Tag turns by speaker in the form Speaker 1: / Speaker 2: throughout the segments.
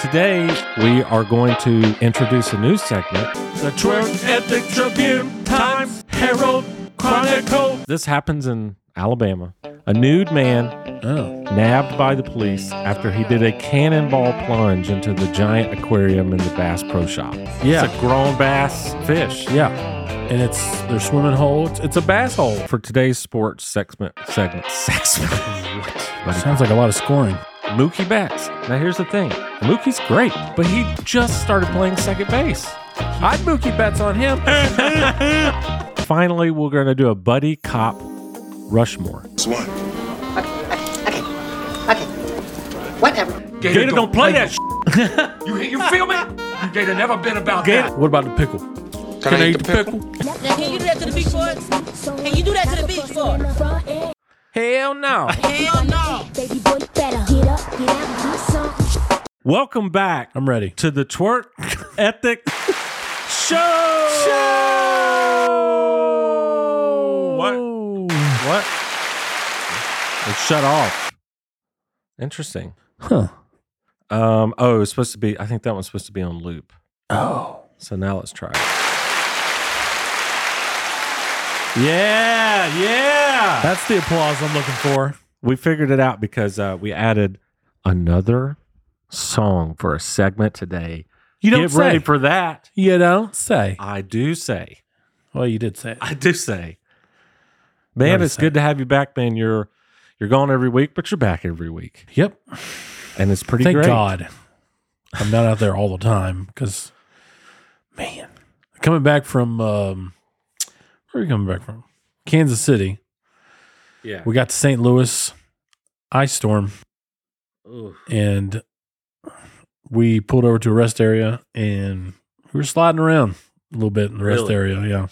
Speaker 1: Today, we are going to introduce a new segment
Speaker 2: The Twerk Ethic Tribune, Times, Herald, Chronicle.
Speaker 1: This happens in Alabama. A nude man
Speaker 2: Oh.
Speaker 1: nabbed by the police after he did a cannonball plunge into the giant aquarium in the Bass Pro Shop.
Speaker 2: Yeah.
Speaker 1: It's a grown bass fish.
Speaker 2: Yeah. And it's their swimming hole. It's, it's a bass hole.
Speaker 1: For today's sports segment, segment, segment. What?
Speaker 2: Sounds like a lot of scoring.
Speaker 1: Mookie Betts. Now here's the thing, Mookie's great, but he just started playing second base.
Speaker 2: I'd Mookie bets on him.
Speaker 1: Finally, we're going to do a buddy cop Rushmore.
Speaker 3: It's one.
Speaker 4: Okay. Okay. Whatever.
Speaker 2: Gator, don't play that
Speaker 5: You, you feel me? You Gator never been about that.
Speaker 2: What about the pickle?
Speaker 3: Can, I eat the pickle?
Speaker 6: Now, can you do that to the beach for us? Can you do that to the beach for us?
Speaker 2: Hell no.
Speaker 6: Hell no.
Speaker 7: Baby boy, you better get up, get out, do something.
Speaker 1: Welcome back
Speaker 2: I'm ready.
Speaker 1: to the Twerk Ethic Show. What? What? It shut off. Interesting.
Speaker 2: Huh.
Speaker 1: Um. Oh, it's supposed to be. I think that one's supposed to be on loop.
Speaker 2: Oh.
Speaker 1: So now let's try it. Yeah, yeah.
Speaker 2: That's the applause I'm looking for.
Speaker 1: we figured it out because uh, we added another song for a segment today.
Speaker 2: You don't
Speaker 1: Get
Speaker 2: say.
Speaker 1: ready for that.
Speaker 2: you don't say.
Speaker 1: I do say.
Speaker 2: Well, you did say. it.
Speaker 1: I do say. Man,
Speaker 2: What is
Speaker 1: it's good to have you back, man. You're you're gone every week, but you're back every week.
Speaker 2: Yep.
Speaker 1: And it's pretty
Speaker 2: Thank
Speaker 1: great.
Speaker 2: God. I'm not out there all the time because, man, coming back from um, where are you coming back from? Kansas City.
Speaker 1: Yeah.
Speaker 2: We got to St. Louis, ice storm,
Speaker 1: Ooh.
Speaker 2: and we pulled over to a rest area and we were sliding around a little bit in the rest
Speaker 1: Really?
Speaker 2: area. Yeah.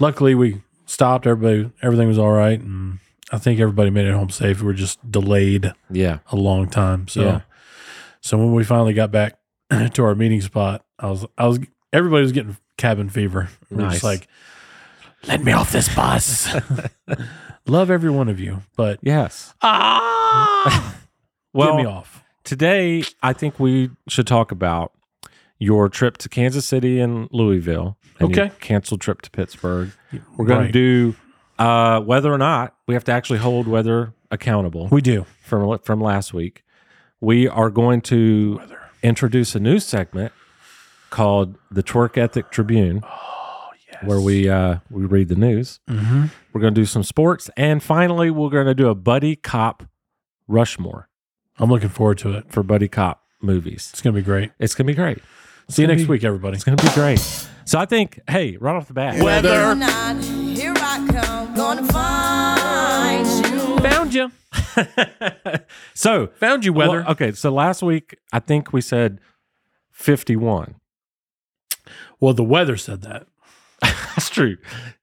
Speaker 2: Luckily, we stopped. Everybody, everything was all right, and I think everybody made it home safe. We were just delayed
Speaker 1: Yeah.
Speaker 2: a long time. So,
Speaker 1: Yeah.
Speaker 2: so when we finally got back to our meeting spot, I was, I was, everybody was getting cabin fever. We We're
Speaker 1: Nice.
Speaker 2: just like, let me off this bus. Love every one of you, but
Speaker 1: Yes.
Speaker 2: ah,
Speaker 1: Well,
Speaker 2: get me off.
Speaker 1: today I think we should talk about your trip to Kansas City and Louisville. And your
Speaker 2: Okay.
Speaker 1: canceled trip to Pittsburgh. We're going to
Speaker 2: Right.
Speaker 1: do uh, whether or not we have to actually hold weather accountable
Speaker 2: We do.
Speaker 1: from from last week. We are going to introduce a new segment called the Twerk Ethic Tribune, Oh, where we uh, we read the news.
Speaker 2: Mm-hmm.
Speaker 1: We're going to do some sports, and finally, we're going to do a buddy cop Rushmore
Speaker 2: I'm looking forward to it.
Speaker 1: for buddy cop movies.
Speaker 2: It's going to be great.
Speaker 1: It's going to be great. It's
Speaker 2: See you
Speaker 1: gonna
Speaker 2: next
Speaker 1: be-
Speaker 2: week, everybody.
Speaker 1: It's going to be great. So I think, hey, right off the bat,
Speaker 6: Whether or not, here I come, gonna find you.
Speaker 2: Found you.
Speaker 1: so
Speaker 2: Found you,
Speaker 1: Well, okay, so last week I think we said fifty-one.
Speaker 2: Well, the weather said that.
Speaker 1: That's true.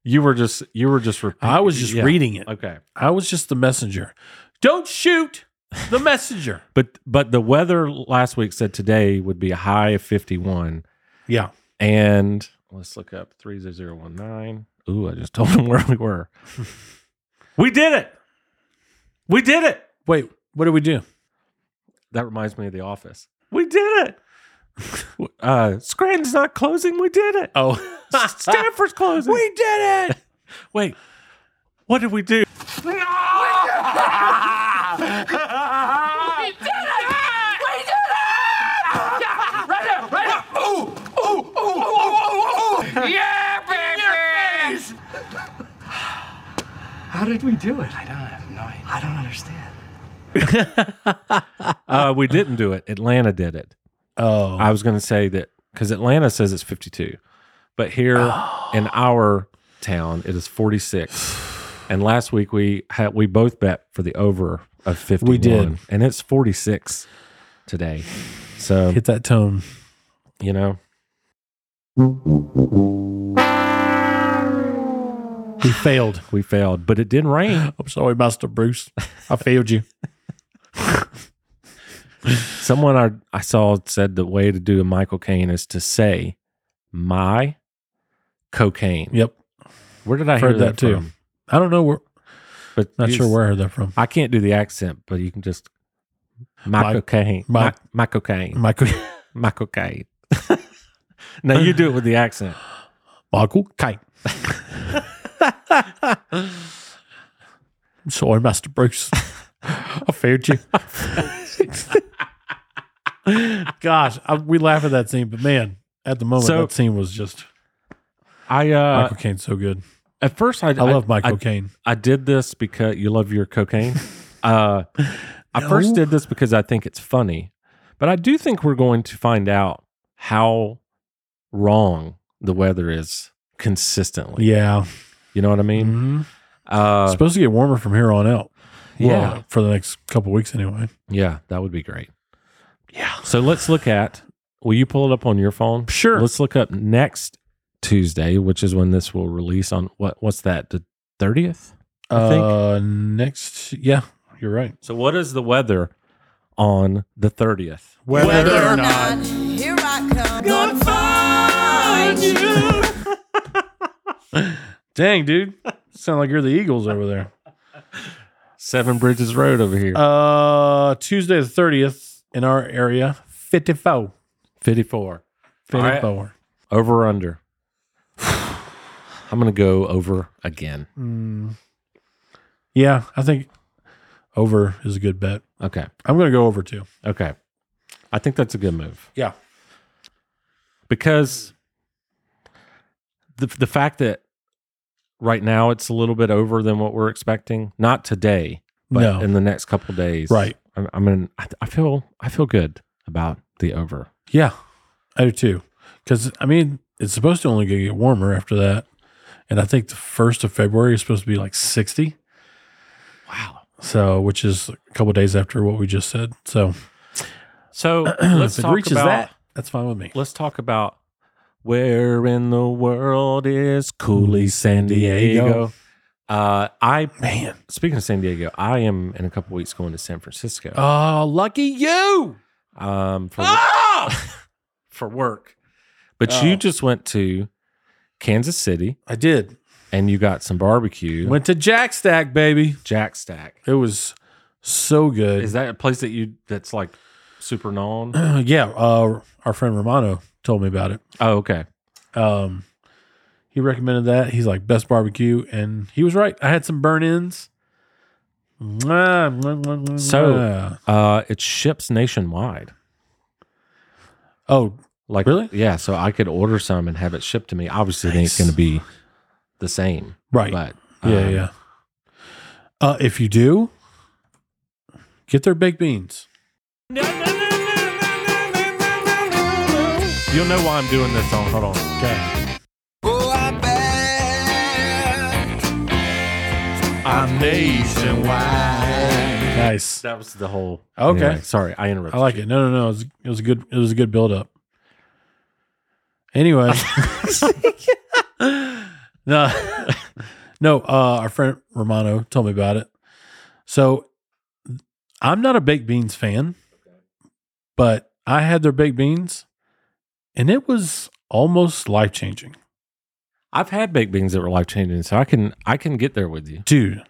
Speaker 1: You were just you were just repeat-
Speaker 2: I was just
Speaker 1: yeah.
Speaker 2: reading it.
Speaker 1: Okay,
Speaker 2: I was just the messenger. Don't shoot the messenger.
Speaker 1: but but the weather last week said today would be a high of fifty-one,
Speaker 2: yeah.
Speaker 1: and let's look up three zero zero one nine. Ooh, I just told them where we were. we did it. We did it.
Speaker 2: Wait, what do we do?
Speaker 1: That reminds me of The Office. We did it. Uh, Scranton's not closing. We did it.
Speaker 2: Oh,
Speaker 1: Stanford's closing.
Speaker 2: we did it.
Speaker 1: Wait, what did we do?
Speaker 5: Yeah, baby!
Speaker 8: How did we do it? I don't have no idea. I don't understand.
Speaker 1: Uh, we didn't do it. Atlanta did it.
Speaker 2: Oh,
Speaker 1: I was going to say that because Atlanta says it's 52, but here
Speaker 2: Oh.
Speaker 1: in our town it is 46. And last week we had we both bet for the over of 51.
Speaker 2: did.
Speaker 1: and it's 46 today. So
Speaker 2: hit that tone.
Speaker 1: you know,
Speaker 2: We failed.
Speaker 1: we failed, but it didn't rain.
Speaker 2: I'm sorry, Master Bruce. I failed you.
Speaker 1: Someone I I saw said the way to do a Michael Caine is to say my cocaine.
Speaker 2: Yep.
Speaker 1: Where did I
Speaker 2: Heard
Speaker 1: hear that,
Speaker 2: that too.
Speaker 1: from?
Speaker 2: I don't know where.
Speaker 1: But
Speaker 2: Not
Speaker 1: you-
Speaker 2: sure where I heard that from.
Speaker 1: I can't do the accent, but you can just My,
Speaker 2: My-
Speaker 1: cocaine.
Speaker 2: my-
Speaker 1: My, my, cocaine.
Speaker 2: Michael
Speaker 1: My cocaine. now you do it with the accent.
Speaker 2: Michael Kane. I'm sorry, Master Bruce. I feared you. Gosh, I, we laugh at that scene, but man, at the moment,
Speaker 1: So-
Speaker 2: that scene was just
Speaker 1: I uh
Speaker 2: Michael Caine's so good.
Speaker 1: at first I
Speaker 2: I, love Michael Caine.
Speaker 1: I did this because you love your cocaine. Uh, I
Speaker 2: No.
Speaker 1: first did this because I think it's funny, but I do think we're going to find out how wrong the weather is consistently.
Speaker 2: Yeah,
Speaker 1: You know what I mean?
Speaker 2: Mhm.
Speaker 1: Uh,
Speaker 2: supposed to get warmer from here on out.
Speaker 1: yeah,
Speaker 2: Well, for the next couple weeks anyway.
Speaker 1: yeah, that would be great. Yeah. So let's look at. Will you pull it up on your phone?
Speaker 2: Sure.
Speaker 1: Let's look up next Tuesday, which is when this will release on what? What's that? The thirtieth. I think.
Speaker 2: Uh, next, yeah, you're right.
Speaker 1: So what is the weather on the thirtieth?
Speaker 6: Whether or not, here I come. Gonna find you.
Speaker 2: Dang, dude, sound like you're the Eagles over there.
Speaker 1: Seven Bridges Road over here.
Speaker 2: Uh, Tuesday the thirtieth in our area, fifty-four.
Speaker 1: 54. right.
Speaker 2: Fifty-four.
Speaker 1: Over or under? I'm going to go over again.
Speaker 2: Hmm. Yeah, I think over is a good bet.
Speaker 1: Okay.
Speaker 2: I'm gonna go over too.
Speaker 1: Okay. I think that's a good move
Speaker 2: Yeah,
Speaker 1: because the, the fact that right now it's a little bit over than what we're expecting, not today, but
Speaker 2: No.
Speaker 1: in the next couple days.
Speaker 2: Right.
Speaker 1: I'm, I'm in, I, I feel, I feel good about the over.
Speaker 2: yeah, I do too. Because I mean, it's supposed to only get warmer after that, and I think the first of February is supposed to be like sixty.
Speaker 1: Wow.
Speaker 2: So, which is a couple days after what we just said. So,
Speaker 1: So let's
Speaker 2: if it
Speaker 1: talk
Speaker 2: reaches
Speaker 1: about
Speaker 2: that, that's fine with me.
Speaker 1: let's talk about where in the world is Cooley San Diego.
Speaker 2: Diego.
Speaker 1: Uh, I
Speaker 2: Man,
Speaker 1: speaking of San Diego, I am in a couple weeks going to San Francisco
Speaker 2: oh, lucky you! Ah!
Speaker 1: um, for for work. But
Speaker 2: Oh.
Speaker 1: you just went to Kansas City
Speaker 2: I did.
Speaker 1: and you got some barbecue.
Speaker 2: Went to Jack Stack, baby.
Speaker 1: Jack Stack
Speaker 2: It was so good.
Speaker 1: is that a place that you that's like super known?
Speaker 2: yeah, uh, our friend Romano told me about it.
Speaker 1: oh, okay.
Speaker 2: Um, he recommended that. He's like best barbecue, and he was right. I had some burn ins.
Speaker 1: So- Uh, it ships nationwide.
Speaker 2: oh,
Speaker 1: Like
Speaker 2: Really?
Speaker 1: Yeah. So I could order some and have it shipped to me. Obviously, it ain't
Speaker 2: Nice.
Speaker 1: going to be the same,
Speaker 2: right,
Speaker 1: but
Speaker 2: yeah,
Speaker 1: um,
Speaker 2: yeah. Uh, if you do, get their baked beans.
Speaker 1: You'll know why I'm doing this song. Hold on.
Speaker 2: Okay,
Speaker 3: Oh, I bet I'm nationwide.
Speaker 2: nice.
Speaker 1: That was the whole.
Speaker 2: Okay.
Speaker 1: sorry, I interrupted.
Speaker 2: I like it. No, no, no. It was, it was a good. It was a good build up. Anyway, no, no. Uh, our friend Romano told me about it. So I'm not a baked beans fan, but I had their baked beans, and it was almost life changing,
Speaker 1: I've had baked beans that were life changing, so I can I can get there with you.
Speaker 2: dude.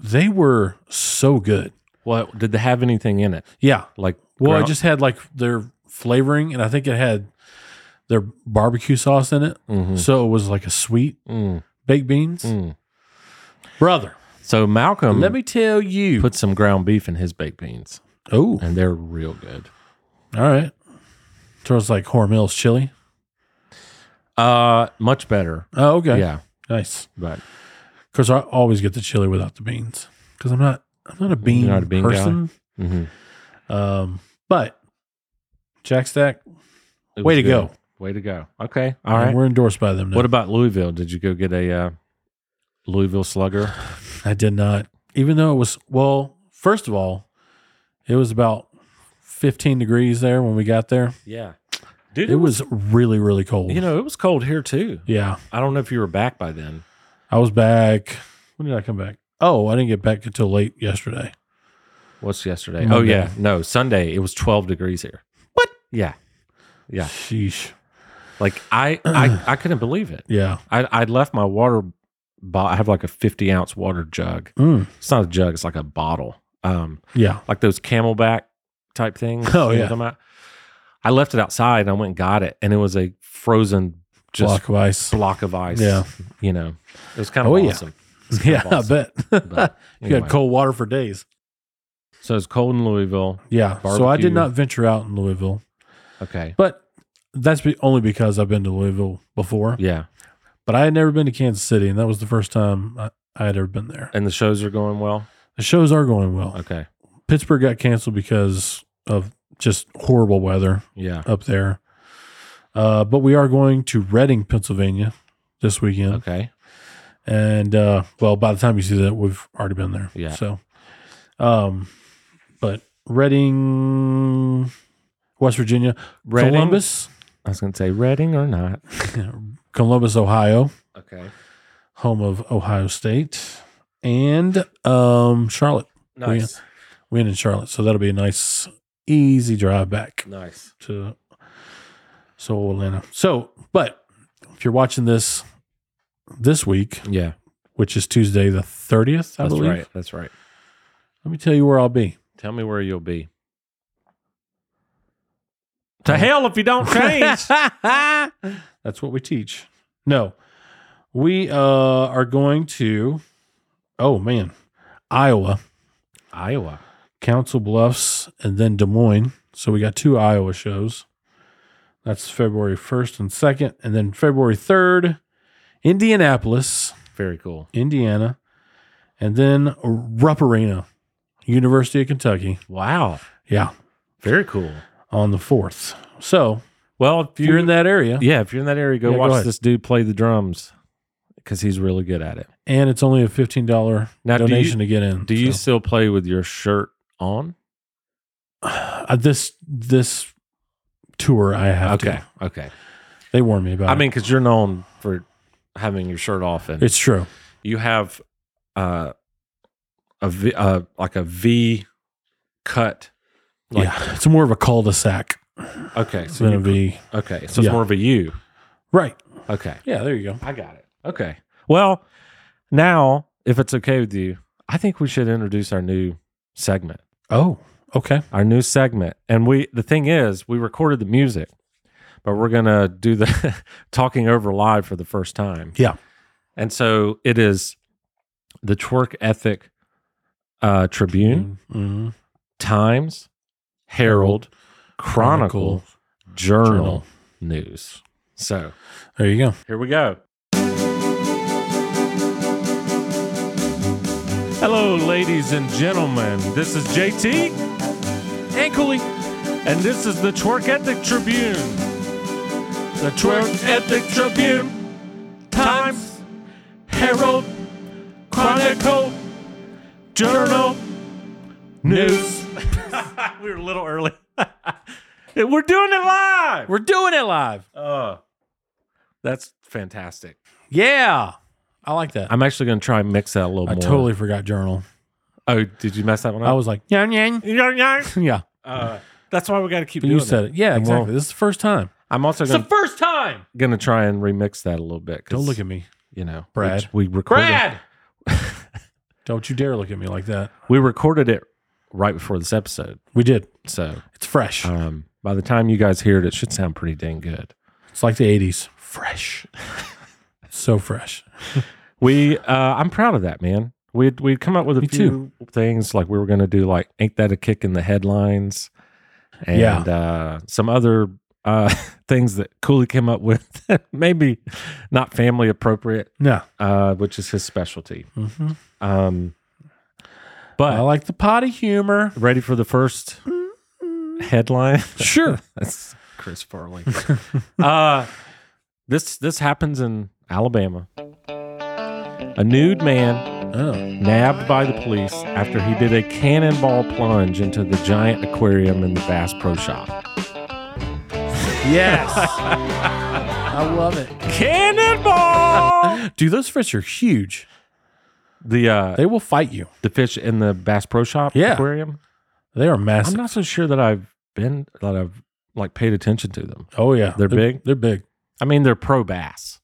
Speaker 2: They were so good.
Speaker 1: What did they have anything in it?
Speaker 2: Yeah.
Speaker 1: Like
Speaker 2: Well,
Speaker 1: ground-
Speaker 2: I just had like their flavoring, and I think it had their barbecue sauce in it.
Speaker 1: Mhm.
Speaker 2: So it was like a sweet
Speaker 1: Mm,
Speaker 2: baked beans.
Speaker 1: mm.
Speaker 2: Brother,
Speaker 1: so Malcolm
Speaker 2: let me tell you.
Speaker 1: put some ground beef in his baked beans,
Speaker 2: oh,
Speaker 1: and they're real good.
Speaker 2: all right. Throws like Hormel's chili.
Speaker 1: Uh, much better.
Speaker 2: Oh, okay.
Speaker 1: Yeah,
Speaker 2: Nice.
Speaker 1: but
Speaker 2: Because I always get the chili without the beans. Because I'm not, I'm not a bean,
Speaker 1: not a bean guy?
Speaker 2: person.
Speaker 1: mhm.
Speaker 2: Um, but Jack Stack,
Speaker 1: It
Speaker 2: Way
Speaker 1: was
Speaker 2: to go.
Speaker 1: Way to go. Okay. All
Speaker 2: and
Speaker 1: right.
Speaker 2: we're endorsed by them. Now.
Speaker 1: What about Louisville? Did you go get a uh, Louisville Slugger?
Speaker 2: I did not, even though it was well. First of all, it was about 15 degrees there when we got there.
Speaker 1: Yeah. Dude,
Speaker 2: It was really, really cold.
Speaker 1: you know, it was cold here too.
Speaker 2: yeah.
Speaker 1: I don't know if you were back by then.
Speaker 2: I was back. When did I come back? Oh, I didn't get back until late yesterday.
Speaker 1: What's yesterday? Oh
Speaker 2: Monday.
Speaker 1: yeah, no Sunday. It was twelve degrees here. What? Yeah, yeah.
Speaker 2: Sheesh.
Speaker 1: Like I, I, I couldn't believe it.
Speaker 2: Yeah.
Speaker 1: I, I left my water. Bo- I have like a fifty ounce water jug.
Speaker 2: Mm.
Speaker 1: It's not a jug. It's like a bottle. Um,
Speaker 2: Yeah.
Speaker 1: like those Camelback type thing.
Speaker 2: Oh,
Speaker 1: You know
Speaker 2: yeah.
Speaker 1: what I'm talking about? I left it outside and I went and got it, and it was a frozen just block,
Speaker 2: block of
Speaker 1: of ice.
Speaker 2: ice. Yeah.
Speaker 1: you know, it was kind of
Speaker 2: Oh, yeah.
Speaker 1: awesome. It was kind
Speaker 2: Yeah,
Speaker 1: of awesome.
Speaker 2: I bet.
Speaker 1: But
Speaker 2: you
Speaker 1: anyway.
Speaker 2: had cold water for days.
Speaker 1: So it's cold in Louisville.
Speaker 2: Yeah. So I
Speaker 1: Barbecue.
Speaker 2: did not venture out in Louisville,
Speaker 1: Okay.
Speaker 2: but that's be- only because I've been to Louisville before.
Speaker 1: Yeah,
Speaker 2: But I had never been to Kansas City, and that was the first time I, I had ever been there.
Speaker 1: and the shows are going well.
Speaker 2: The shows are going well.
Speaker 1: Okay.
Speaker 2: Pittsburgh got canceled because of just horrible weather
Speaker 1: Yeah.
Speaker 2: up there. Uh, but we are going to Reading, Pennsylvania this weekend.
Speaker 1: Okay.
Speaker 2: And uh, well, by the time you see that, we've already been there.
Speaker 1: Yeah.
Speaker 2: So, um, but Reading, West Virginia,
Speaker 1: Reading?
Speaker 2: Columbus,
Speaker 1: I was going to say Reading or not.
Speaker 2: Columbus, Ohio,
Speaker 1: Okay.
Speaker 2: home of Ohio State, and um, Charlotte.
Speaker 1: Nice.
Speaker 2: We end in Charlotte, so that'll be a nice, easy drive back
Speaker 1: Nice.
Speaker 2: to Seoul, Atlanta. So, but if you're watching this this week,
Speaker 1: Yeah.
Speaker 2: which is Tuesday the thirtieth, I
Speaker 1: That's
Speaker 2: believe.
Speaker 1: right. That's right.
Speaker 2: Let me tell you where I'll be.
Speaker 1: Tell me where you'll be. To hell if you don't change.
Speaker 2: That's what we teach. No, we uh, are going to. Oh man, Iowa,
Speaker 1: Iowa.
Speaker 2: Council Bluffs, and then Des Moines. So we got two Iowa shows. That's February first and second, and then February third, Indianapolis,
Speaker 1: Very cool.
Speaker 2: Indiana, and then Rupp Arena, University of Kentucky.
Speaker 1: Wow.
Speaker 2: Yeah,
Speaker 1: Very cool.
Speaker 2: on the fourth. So
Speaker 1: Well, if
Speaker 2: if you're in that area,
Speaker 1: yeah, if you're in that area, go
Speaker 2: Yeah, go
Speaker 1: watch
Speaker 2: ahead.
Speaker 1: this dude play the drums because he's really good at it.
Speaker 2: and it's only a fifteen dollar
Speaker 1: Now, do you-
Speaker 2: donation to get in.
Speaker 1: Do you
Speaker 2: so.
Speaker 1: still play with your shirt on?
Speaker 2: uh, this this tour I have to.
Speaker 1: Okay.
Speaker 2: They warned me about.
Speaker 1: I
Speaker 2: it.
Speaker 1: mean, because you're known for having your shirt off, and
Speaker 2: it's true.
Speaker 1: you have uh, a v, uh, like a V cut. Like-
Speaker 2: yeah, it's more of a cul-de-sac
Speaker 1: Okay. So
Speaker 2: than a
Speaker 1: you-
Speaker 2: V.
Speaker 1: okay. So it's
Speaker 2: yeah.
Speaker 1: more of a U.
Speaker 2: Right.
Speaker 1: Okay.
Speaker 2: Yeah. There you go.
Speaker 1: I got it. Okay. Well, now, if it's okay with you, I think we should introduce our new segment.
Speaker 2: Oh. Okay.
Speaker 1: Our new segment. And we the thing is, we recorded the music, but we're gonna do the talking over live for the first time.
Speaker 2: Yeah.
Speaker 1: And so it is the Twerk Ethic uh, Tribune,
Speaker 2: Mhm.
Speaker 1: Times, Herald, Chronicle, Journal, News. So
Speaker 2: There you go.
Speaker 1: here we go. Hello, ladies and gentlemen. This is JT and Cooley, and this is the Twerk Ethic Tribune. The Twerk Ethic Tribune, Times, Herald, Chronicle, Journal, News. we were a little early. we're doing it live.
Speaker 2: We're doing it live.
Speaker 1: Oh, that's fantastic.
Speaker 2: Yeah. I like that.
Speaker 1: I'm actually going to try and mix that a little
Speaker 2: I
Speaker 1: more.
Speaker 2: totally forgot journal.
Speaker 1: Oh, did you mess that one
Speaker 2: I
Speaker 1: up?
Speaker 2: was like, yeah, yeah,
Speaker 1: I
Speaker 2: yeah.
Speaker 1: uh, that's why we got to keep
Speaker 2: But
Speaker 1: doing
Speaker 2: you said
Speaker 1: that.
Speaker 2: it. Yeah,
Speaker 1: And
Speaker 2: exactly.
Speaker 1: we'll-
Speaker 2: this is the first time.
Speaker 1: I'm also going to
Speaker 2: first time.
Speaker 1: going to try and remix that a little bit. 'cause,
Speaker 2: Don't look at me,
Speaker 1: you know,
Speaker 2: Brad.
Speaker 1: We, we recorded,
Speaker 2: Don't you dare look at me like that.
Speaker 1: We recorded it right before this episode,
Speaker 2: We did.
Speaker 1: so
Speaker 2: It's fresh.
Speaker 1: um, by the time you guys hear it, it should sound pretty dang good.
Speaker 2: It's like the '80s. Fresh. so fresh.
Speaker 1: We, uh, I'm proud of that, man. We'd we'd come up with a
Speaker 2: Me
Speaker 1: few things like we were going to do like "Ain't That a Kick" in the headlines, and
Speaker 2: Yeah.
Speaker 1: uh, some other uh, things that Cooley came up with. Maybe not family appropriate,
Speaker 2: No.
Speaker 1: uh, which is his specialty.
Speaker 2: Mm-hmm.
Speaker 1: Um,
Speaker 2: I
Speaker 1: but
Speaker 2: like the potty humor.
Speaker 1: ready for the first headline?
Speaker 2: Sure.
Speaker 1: Mm-hmm. That's Chris Farley. uh, this this happens in Alabama. A nude man
Speaker 2: Oh.
Speaker 1: nabbed by the police after he did a cannonball plunge into the giant aquarium in the Bass Pro Shop.
Speaker 2: Yes. I love it.
Speaker 1: Cannonball!
Speaker 2: Dude, those fish are huge.
Speaker 1: the uh,
Speaker 2: They will fight you.
Speaker 1: the fish in the Bass Pro Shop
Speaker 2: Yeah.
Speaker 1: aquarium.
Speaker 2: They are
Speaker 1: I'm
Speaker 2: massive.
Speaker 1: not so sure that I've been that I've like paid attention to them.
Speaker 2: oh yeah.
Speaker 1: They're big?
Speaker 2: They're big.
Speaker 1: I mean, they're pro bass.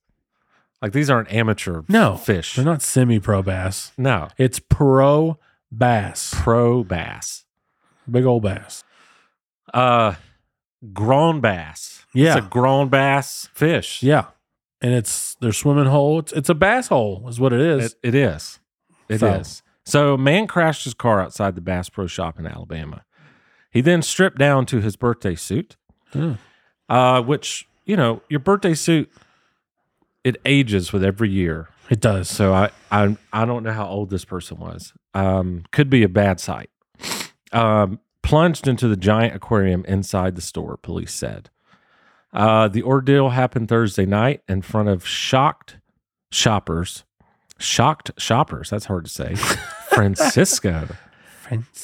Speaker 1: Like these aren't amateur
Speaker 2: No.
Speaker 1: fish.
Speaker 2: They're not semi pro bass.
Speaker 1: No,
Speaker 2: It's pro bass.
Speaker 1: pro bass.
Speaker 2: Big old bass.
Speaker 1: Uh, ground bass.
Speaker 2: Yeah.
Speaker 1: It's a ground bass fish.
Speaker 2: Yeah. And it's their swimming hole. It's, it's a bass hole, is what it is.
Speaker 1: It, it is. It is.
Speaker 2: So-
Speaker 1: so. a man crashed his car outside the Bass Pro Shop in Alabama. He then stripped down to his birthday suit,
Speaker 2: Hmm.
Speaker 1: uh, which, you know, your birthday suit, it ages with every year.
Speaker 2: It does. So
Speaker 1: So I, I, I don't know how old this person was. Um, could be a bad sight. Um, plunged into the giant aquarium inside the store, police said. Uh, the ordeal happened Thursday night in front of shocked shoppers. Shocked shoppers. That's hard to say. Francisco.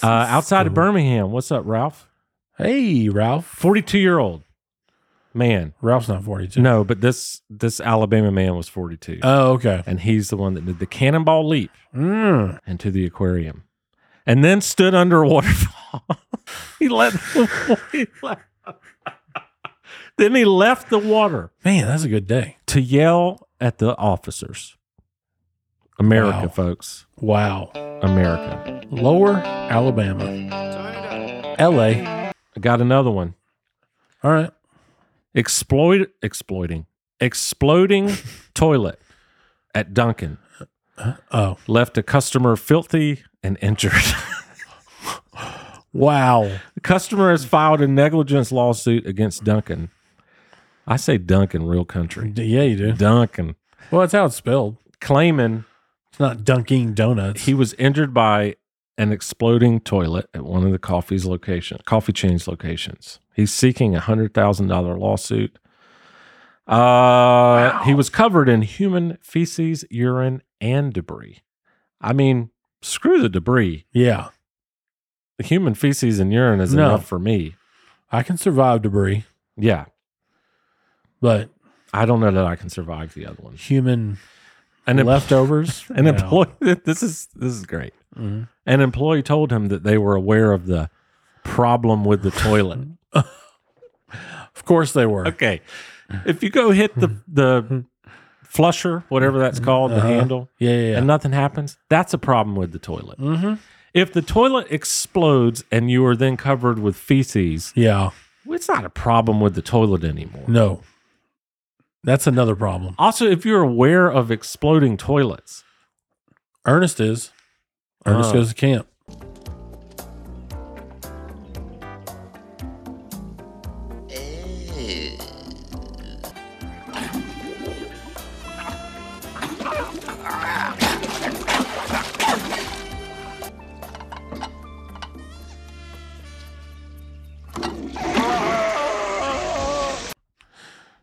Speaker 1: Uh, outside of Birmingham. What's up, Ralph?
Speaker 2: Hey, Ralph.
Speaker 1: 42 year old man.
Speaker 2: Ralph's not 42.
Speaker 1: No, but this this Alabama man was 42.
Speaker 2: Oh, okay.
Speaker 1: and he's the one that did the cannonball leap
Speaker 2: Mm.
Speaker 1: into the aquarium and then stood under a waterfall. he let he left. then he left the water
Speaker 2: Man, that's a good day.
Speaker 1: to yell at the officers. America,
Speaker 2: Wow.
Speaker 1: folks.
Speaker 2: Wow.
Speaker 1: America.
Speaker 2: Lower Alabama. LA.
Speaker 1: I got another one.
Speaker 2: All right.
Speaker 1: Exploit exploiting. Exploding toilet at Duncan
Speaker 2: Oh.
Speaker 1: left a customer filthy and injured.
Speaker 2: Wow.
Speaker 1: The customer has filed a negligence lawsuit against Duncan. I say Duncan, real country.
Speaker 2: D- Yeah, you do.
Speaker 1: Duncan.
Speaker 2: Well, that's how it's spelled.
Speaker 1: Claiming
Speaker 2: It's not dunking donuts.
Speaker 1: he was injured by an exploding toilet at one of the coffee's location, coffee chain's locations. He's seeking a hundred thousand dollar lawsuit. Uh, he was covered in human feces, urine, and debris. I mean, screw the debris.
Speaker 2: yeah.
Speaker 1: The human feces and urine is
Speaker 2: No.
Speaker 1: enough for me.
Speaker 2: I can survive debris,
Speaker 1: Yeah,
Speaker 2: but
Speaker 1: I don't know that I can survive the other one.
Speaker 2: human
Speaker 1: An em-
Speaker 2: leftovers.
Speaker 1: An
Speaker 2: no.
Speaker 1: employee. This is this is great.
Speaker 2: Mhm.
Speaker 1: An employee told him that they were aware of the problem with the toilet.
Speaker 2: Of course they were.
Speaker 1: okay, if you go hit the the flusher, whatever that's called, the
Speaker 2: Uh-huh.
Speaker 1: handle,
Speaker 2: Yeah, yeah, yeah.
Speaker 1: and nothing happens, that's a problem with the toilet.
Speaker 2: Mhm.
Speaker 1: If the toilet explodes and you are then covered with feces,
Speaker 2: Yeah.
Speaker 1: it's not a problem with the toilet anymore.
Speaker 2: No. That's another problem.
Speaker 1: Also, if you're aware of exploding toilets,
Speaker 2: Ernest is. Ernest
Speaker 1: Oh.
Speaker 2: goes to camp.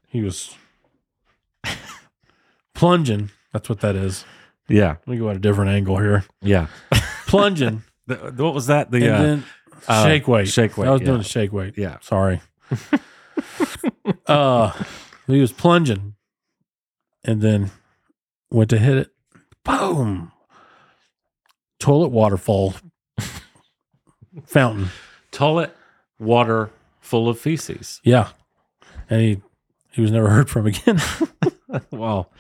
Speaker 2: He was plunging. That's what that is.
Speaker 1: yeah,
Speaker 2: Let me go at a different angle here.
Speaker 1: yeah.
Speaker 2: Plunging
Speaker 1: The- what was that? The
Speaker 2: and
Speaker 1: uh,
Speaker 2: then
Speaker 1: uh,
Speaker 2: shake weight.
Speaker 1: shake weight,
Speaker 2: I was
Speaker 1: yeah.
Speaker 2: doing a shake weight.
Speaker 1: yeah.
Speaker 2: Sorry. uh he was plunging and then went to hit it. Boom. Toilet waterfall. Fountain.
Speaker 1: toilet water full of feces.
Speaker 2: Yeah. And he he was never heard from again.
Speaker 1: Well,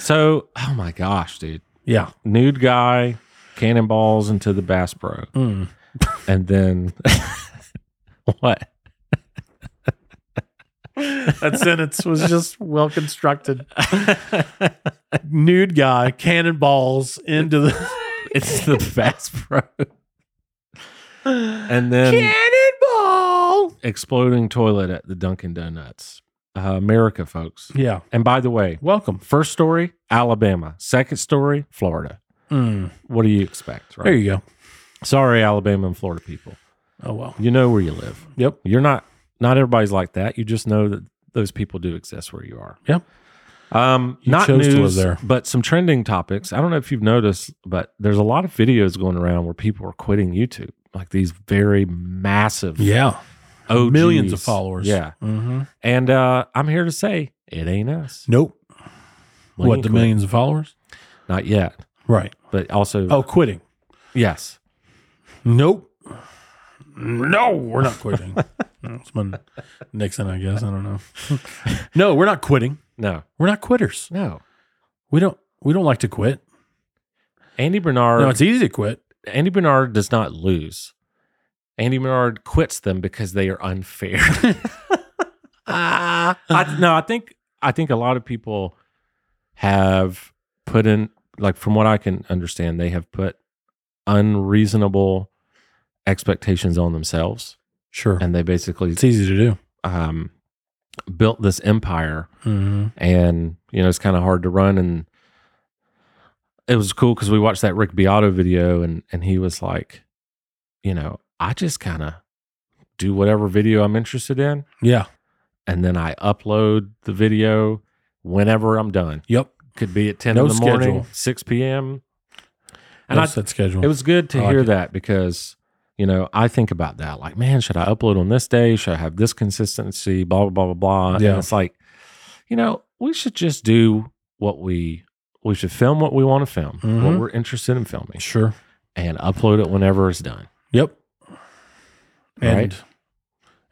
Speaker 1: so oh my gosh, dude,
Speaker 2: yeah.
Speaker 1: nude guy cannonballs into the Bass Pro,
Speaker 2: Mm.
Speaker 1: and then what?
Speaker 2: That sentence was just well constructed. Nude guy cannonballs into the
Speaker 1: It's the Bass Pro, and then
Speaker 2: cannonball.
Speaker 1: exploding toilet at the Dunkin' Donuts, uh, America, folks.
Speaker 2: Yeah.
Speaker 1: And by the way,
Speaker 2: Welcome.
Speaker 1: first story Alabama, second story Florida.
Speaker 2: Mm.
Speaker 1: What do you expect? Right?
Speaker 2: There you go.
Speaker 1: Sorry, Alabama and Florida people.
Speaker 2: Oh well.
Speaker 1: You know where you live.
Speaker 2: Yep.
Speaker 1: You're not not everybody's like that. You just know that those people do exist where you are.
Speaker 2: Yep.
Speaker 1: Um,
Speaker 2: You
Speaker 1: not
Speaker 2: chose to
Speaker 1: news,
Speaker 2: live there.
Speaker 1: but some trending topics. I don't know if you've noticed, but there's a lot of videos going around where people are quitting YouTube, like these very massive,
Speaker 2: Yeah.
Speaker 1: OGs.
Speaker 2: millions of followers.
Speaker 1: Yeah,
Speaker 2: Mm-hmm.
Speaker 1: and uh, I'm here to say it ain't us.
Speaker 2: Nope.
Speaker 1: We ain't
Speaker 2: what the
Speaker 1: quitting.
Speaker 2: millions of followers?
Speaker 1: Not yet,
Speaker 2: Right.
Speaker 1: but also
Speaker 2: Oh, quitting.
Speaker 1: yes,
Speaker 2: Nope. No, we're not quitting. That's my Nixon, I guess. I don't know. no, we're not quitting.
Speaker 1: no,
Speaker 2: We're not quitters.
Speaker 1: no.
Speaker 2: We don't. We don't like to quit.
Speaker 1: Andy Bernard.
Speaker 2: No, it's easy to quit.
Speaker 1: Andy Bernard does not lose. Andy Menard quits them because they are unfair. Ah.
Speaker 2: Ah,
Speaker 1: I, no, I think I think a lot of people have put in like from what I can understand, they have put unreasonable expectations on themselves,
Speaker 2: Sure.
Speaker 1: and they basically
Speaker 2: It's easy to do.
Speaker 1: um, built this empire
Speaker 2: Mm-hmm.
Speaker 1: and you know it's kind of hard to run and it was cool because we watched that rick beato video and and he was like you know i just kind of do whatever video i'm interested in
Speaker 2: Yeah.
Speaker 1: and then i upload the video whenever i'm done
Speaker 2: Yep.
Speaker 1: could be at 10
Speaker 2: No
Speaker 1: in the morning
Speaker 2: schedule.
Speaker 1: 6 p.m and
Speaker 2: And
Speaker 1: I,
Speaker 2: set schedule.
Speaker 1: it was good to
Speaker 2: I like
Speaker 1: hear
Speaker 2: it.
Speaker 1: that because you know i think about that like man should i upload on this day should i have this consistency blah blah blah blah blah
Speaker 2: Yeah.
Speaker 1: and it's like you know we should just do what we we should film what we want to film what
Speaker 2: Mhm.
Speaker 1: we're interested in filming
Speaker 2: sure.
Speaker 1: and upload it whenever it's done
Speaker 2: Yep. And
Speaker 1: Right.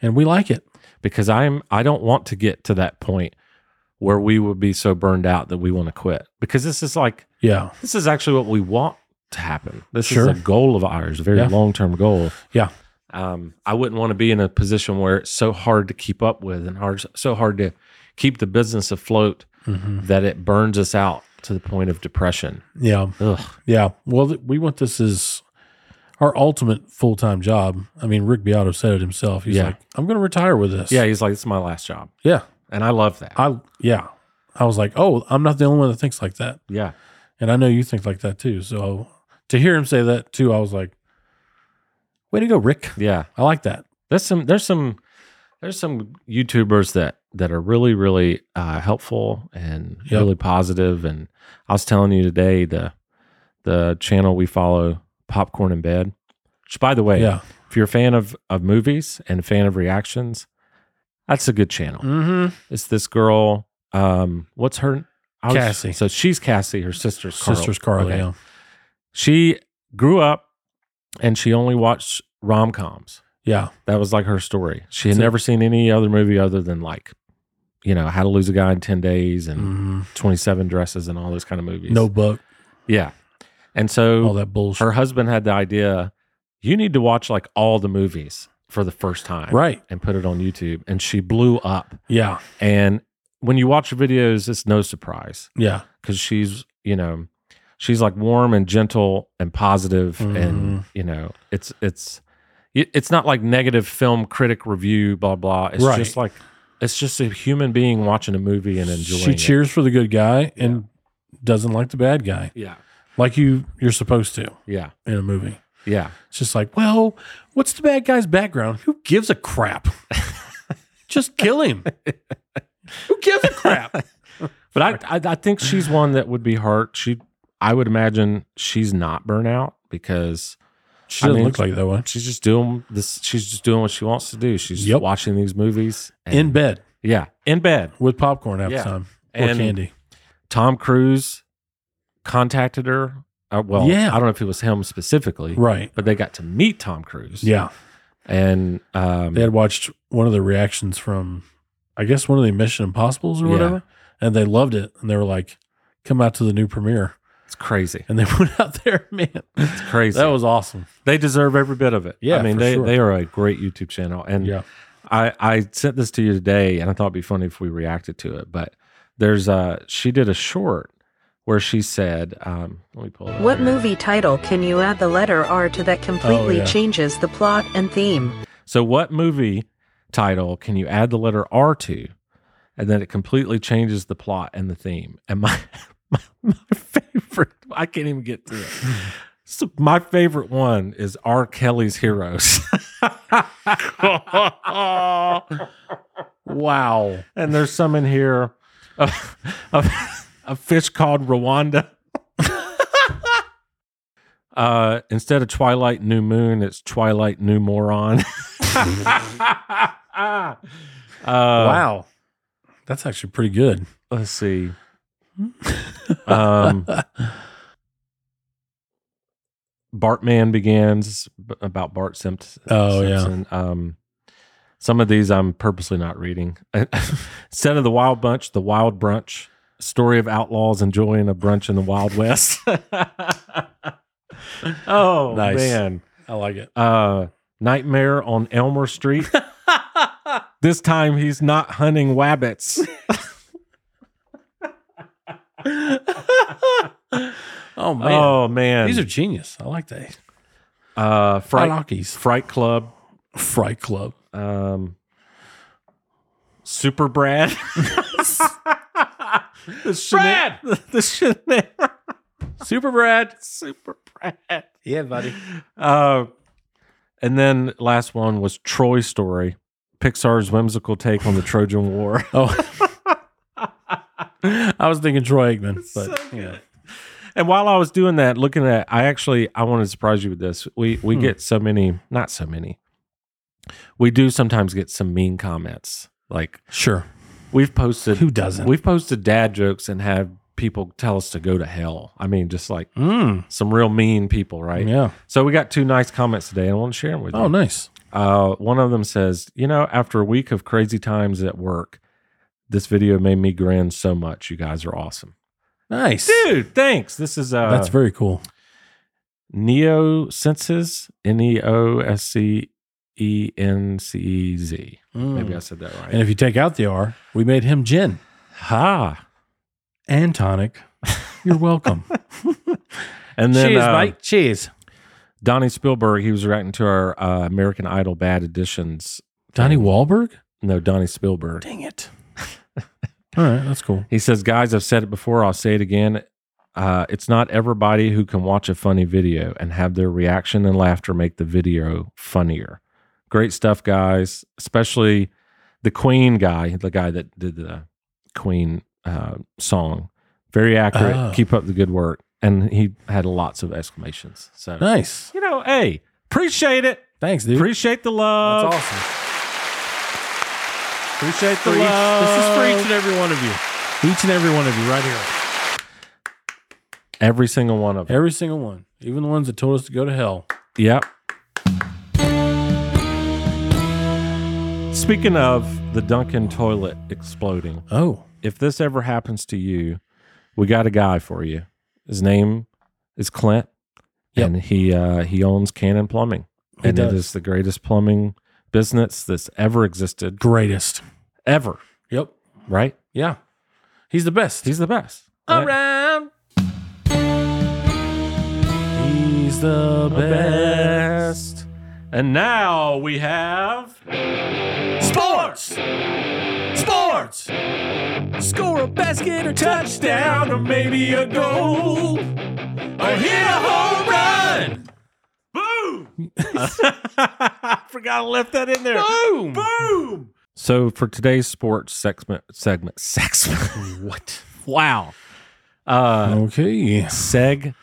Speaker 2: and we like it.
Speaker 1: because i'm i don't want to get to that point where we would be so burned out that we want to quit because this is like
Speaker 2: Yeah.
Speaker 1: this is actually what we want to happen. This
Speaker 2: Sure.
Speaker 1: is a goal of ours, a very
Speaker 2: Yeah.
Speaker 1: long term goal.
Speaker 2: Yeah.
Speaker 1: Um, I wouldn't want to be in a position where it's so hard to keep up with and hard, so hard to keep the business afloat
Speaker 2: Mhm.
Speaker 1: that it burns us out to the point of depression.
Speaker 2: Yeah.
Speaker 1: Ugh.
Speaker 2: Yeah. Well, th- we want this as our ultimate full time job. I mean, Rick Beato said it himself. He's
Speaker 1: Yeah.
Speaker 2: like, I'm going to retire with this.
Speaker 1: Yeah, he's like, "This is my last job,"
Speaker 2: Yeah.
Speaker 1: and I love that.
Speaker 2: I, yeah. I was like, oh, I'm not the only one that thinks like that.
Speaker 1: yeah,
Speaker 2: And I know you think like that too. So to hear him say that too, I was like, way to go, Rick.
Speaker 1: yeah.
Speaker 2: I like that.
Speaker 1: There's some. There's some. There's some YouTubers that that are really, really uh, helpful and
Speaker 2: Yep.
Speaker 1: really positive. And I was telling you today the the channel we follow, Popcorn in Bed. Which, by the way,
Speaker 2: Yeah.
Speaker 1: if you're a fan of of movies and a fan of reactions, that's a good channel.
Speaker 2: Mm-hmm.
Speaker 1: It's this girl. Um, what's her? I was-
Speaker 2: Cassie.
Speaker 1: So she's Cassie. Her sister's Carly.
Speaker 2: Sisters Carly.
Speaker 1: Okay.
Speaker 2: Yeah.
Speaker 1: She grew up and she only watched rom coms.
Speaker 2: Yeah.
Speaker 1: That was like her story. She had
Speaker 2: So-
Speaker 1: never seen any other movie other than like, you know, How to Lose a Guy in Ten Days and
Speaker 2: Mhm.
Speaker 1: Twenty Seven Dresses and all those kind of movies.
Speaker 2: No book.
Speaker 1: yeah. And
Speaker 2: All
Speaker 1: so
Speaker 2: that bullshit.
Speaker 1: her husband had the idea, you need to watch like all the movies for the first time,
Speaker 2: Right.
Speaker 1: And put it on YouTube. And she blew up.
Speaker 2: Yeah.
Speaker 1: And when you watch her videos, it's no surprise
Speaker 2: Yeah.
Speaker 1: because she's you know she's like warm and gentle and positive and
Speaker 2: Mhm.
Speaker 1: you know it's it's it- it's not like negative film critic review blah blah it's
Speaker 2: Right.
Speaker 1: just like it's just a human being watching a movie and enjoying
Speaker 2: she
Speaker 1: it.
Speaker 2: cheers for the good guy and doesn't like the bad guy
Speaker 1: yeah
Speaker 2: like you you're supposed to
Speaker 1: yeah
Speaker 2: in a movie
Speaker 1: yeah
Speaker 2: it's just like well what's the bad guy's background who gives a crap just kill him who gives a crap
Speaker 1: but I, I i think she's one that would be hurt she i would imagine she's not burnout because
Speaker 2: she
Speaker 1: I
Speaker 2: doesn't
Speaker 1: mean,
Speaker 2: look like that one
Speaker 1: she's just doing this she's just doing what she wants to do she's
Speaker 2: Yep.
Speaker 1: watching these movies and-
Speaker 2: in bed
Speaker 1: yeah in bed
Speaker 2: with popcorn half
Speaker 1: Yeah.
Speaker 2: the time or
Speaker 1: And-
Speaker 2: candy
Speaker 1: Tom Cruise contacted her. Uh, well,
Speaker 2: Yeah.
Speaker 1: I don't know if it was him specifically,
Speaker 2: right
Speaker 1: but they got to meet Tom Cruise.
Speaker 2: yeah
Speaker 1: and um,
Speaker 2: they had watched one of the reactions from i guess one of the mission impossibles or
Speaker 1: Yeah.
Speaker 2: whatever and they loved it and they were like come out to the new premiere
Speaker 1: it's crazy.
Speaker 2: and they went out there man
Speaker 1: It's crazy.
Speaker 2: that was awesome
Speaker 1: they deserve every bit of it.
Speaker 2: Yeah,
Speaker 1: I mean
Speaker 2: for
Speaker 1: they
Speaker 2: sure.
Speaker 1: they are a great YouTube channel, and
Speaker 2: yeah
Speaker 1: I I sent this to you today, and I thought it'd be funny if we reacted to it. But there's uh she did a short where she said, um, let me pull it. up
Speaker 9: What
Speaker 1: here.
Speaker 9: movie title can you add the letter R to that completely
Speaker 2: yeah.
Speaker 9: changes the plot and theme?
Speaker 1: So, what movie title can you add the letter R to, and then it completely changes the plot and the theme? And my my, my favorite, I can't even get to it. So my favorite one is R. Kelly's Heroes,
Speaker 2: wow
Speaker 1: and there's some in here of, of a fish called Rwanda. Uh, instead of Twilight New Moon, it's Twilight New Moron. uh,
Speaker 2: wow. That's actually pretty good.
Speaker 1: let's see. um, Bartman begins b- about Bart Simps-
Speaker 2: Oh, yeah.
Speaker 1: Simpson. Um, some of these I'm purposely not reading. Instead of the Wild Bunch, the Wild Brunch. Story of outlaws enjoying a brunch in the Wild West. oh
Speaker 2: Nice.
Speaker 1: man,
Speaker 2: I like it.
Speaker 1: uh, Nightmare on Elmer Street. this time he's not hunting wabbits.
Speaker 2: Oh man,
Speaker 1: Oh man.
Speaker 2: these are genius. I like that.
Speaker 1: uh Fright,
Speaker 2: Rockies
Speaker 1: Fright Club.
Speaker 2: Fright Club.
Speaker 1: Um Super Brad. the Brad! The Chanel.
Speaker 2: Super Brad.
Speaker 1: Super Brad.
Speaker 2: Yeah, buddy.
Speaker 1: Uh, and then last one was Troy Story, Pixar's whimsical take on the Trojan War.
Speaker 2: Oh, I was thinking Troy Aikman, but yeah.
Speaker 1: and while I was doing that, looking at, I actually I want to surprise you with this. We we get so many, not so many. We do sometimes get some mean comments. Like
Speaker 2: Sure.
Speaker 1: we've posted,
Speaker 2: Who doesn't?
Speaker 1: We've posted dad jokes and have people tell us to go to hell. I mean, just like
Speaker 2: Mm,
Speaker 1: some real mean people, right?
Speaker 2: yeah.
Speaker 1: So we got two nice comments today, and I want to share them with you.
Speaker 2: Oh, nice.
Speaker 1: Uh, one of them says, "You know, after a week of crazy times at work, this video made me grin so much. You guys are awesome,
Speaker 2: Nice.
Speaker 1: dude. Thanks. This is uh,
Speaker 2: That's very cool.
Speaker 1: Neo Senses, N E O S C E N C E Z. Maybe I said that right.
Speaker 2: Mm. Hmm. And if you take out the R, we made him gin
Speaker 1: ha.
Speaker 2: and tonic. You're welcome.
Speaker 1: And then uh,
Speaker 2: Cheers.
Speaker 1: Donnie Spielberg, he was reacting to our uh, American Idol Bad Editions.
Speaker 2: Donnie Wahlberg?
Speaker 1: No, Donnie Spielberg.
Speaker 2: Dang it. All right, that's cool.
Speaker 1: He says, "Guys, I've said it before. I'll say it again. Uh, it's not everybody who can watch a funny video and have their reaction and laughter make the video funnier. Great stuff, guys. Especially the Queen guy, the guy that did the Queen uh, song. Very accurate.
Speaker 2: Oh.
Speaker 1: Keep up the good work." And he had lots of exclamations. So
Speaker 2: Nice.
Speaker 1: you know, hey, appreciate it.
Speaker 2: Thanks, dude.
Speaker 1: Appreciate the love.
Speaker 2: that's awesome.
Speaker 1: Appreciate the
Speaker 2: For each- this is
Speaker 1: love.
Speaker 2: for each and every one of you. Each and every one of you right here.
Speaker 1: every single one of them.
Speaker 2: Every single one. Even the ones that told us to go to hell.
Speaker 1: Yep. Speaking of the Duncan toilet exploding,
Speaker 2: Oh.
Speaker 1: if this ever happens to you, we got a guy for you. His name is Clint,
Speaker 2: Yep.
Speaker 1: and he uh, he owns Cannon Plumbing,
Speaker 2: He
Speaker 1: and
Speaker 2: does.
Speaker 1: it is the greatest plumbing business that's ever existed,
Speaker 2: Greatest.
Speaker 1: ever.
Speaker 2: Yep.
Speaker 1: Right?
Speaker 2: Yeah. He's the best.
Speaker 1: He's the best.
Speaker 2: around. He's the
Speaker 1: The
Speaker 2: best.
Speaker 1: best. And now we have
Speaker 2: Sports! Sports! Score a basket or touchdown or maybe a goal. Or Oh, hit a home run!
Speaker 1: I forgot I left that in there.
Speaker 2: Boom!
Speaker 1: Boom. So for today's sports segment, segment, sex. what? Wow. Uh,
Speaker 2: Okay.
Speaker 1: segment.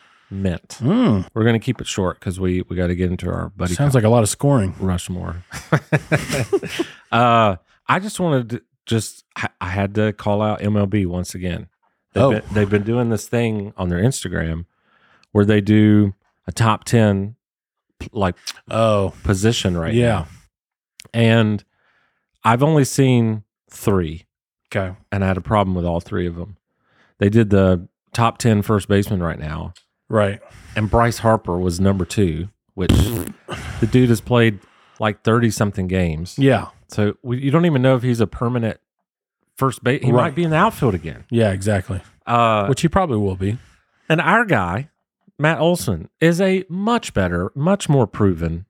Speaker 2: Hmm.
Speaker 1: We're gonna keep it short because we we got to get into our buddy
Speaker 2: Sounds like a lot of scoring.
Speaker 1: Rushmore. uh, I just wanted to just I, I had to call out MLB once again. They've,
Speaker 2: Oh.
Speaker 1: been, they've been doing this thing on their Instagram where they do a top ten like
Speaker 2: Oh,
Speaker 1: position right now.
Speaker 2: yeah.
Speaker 1: and I've only seen three,
Speaker 2: Okay.
Speaker 1: and I had a problem with all three of them. They did the top 10 first baseman right now,
Speaker 2: Right.
Speaker 1: and Bryce Harper was number two, which the dude has played like 30 something games.
Speaker 2: Yeah.
Speaker 1: So we, you don't even know if he's a permanent first base. He
Speaker 2: Right.
Speaker 1: might be in the outfield again.
Speaker 2: Yeah, exactly.
Speaker 1: Uh,
Speaker 2: Which he probably will be.
Speaker 1: and our guy, Matt Olson, is a much better, much more proven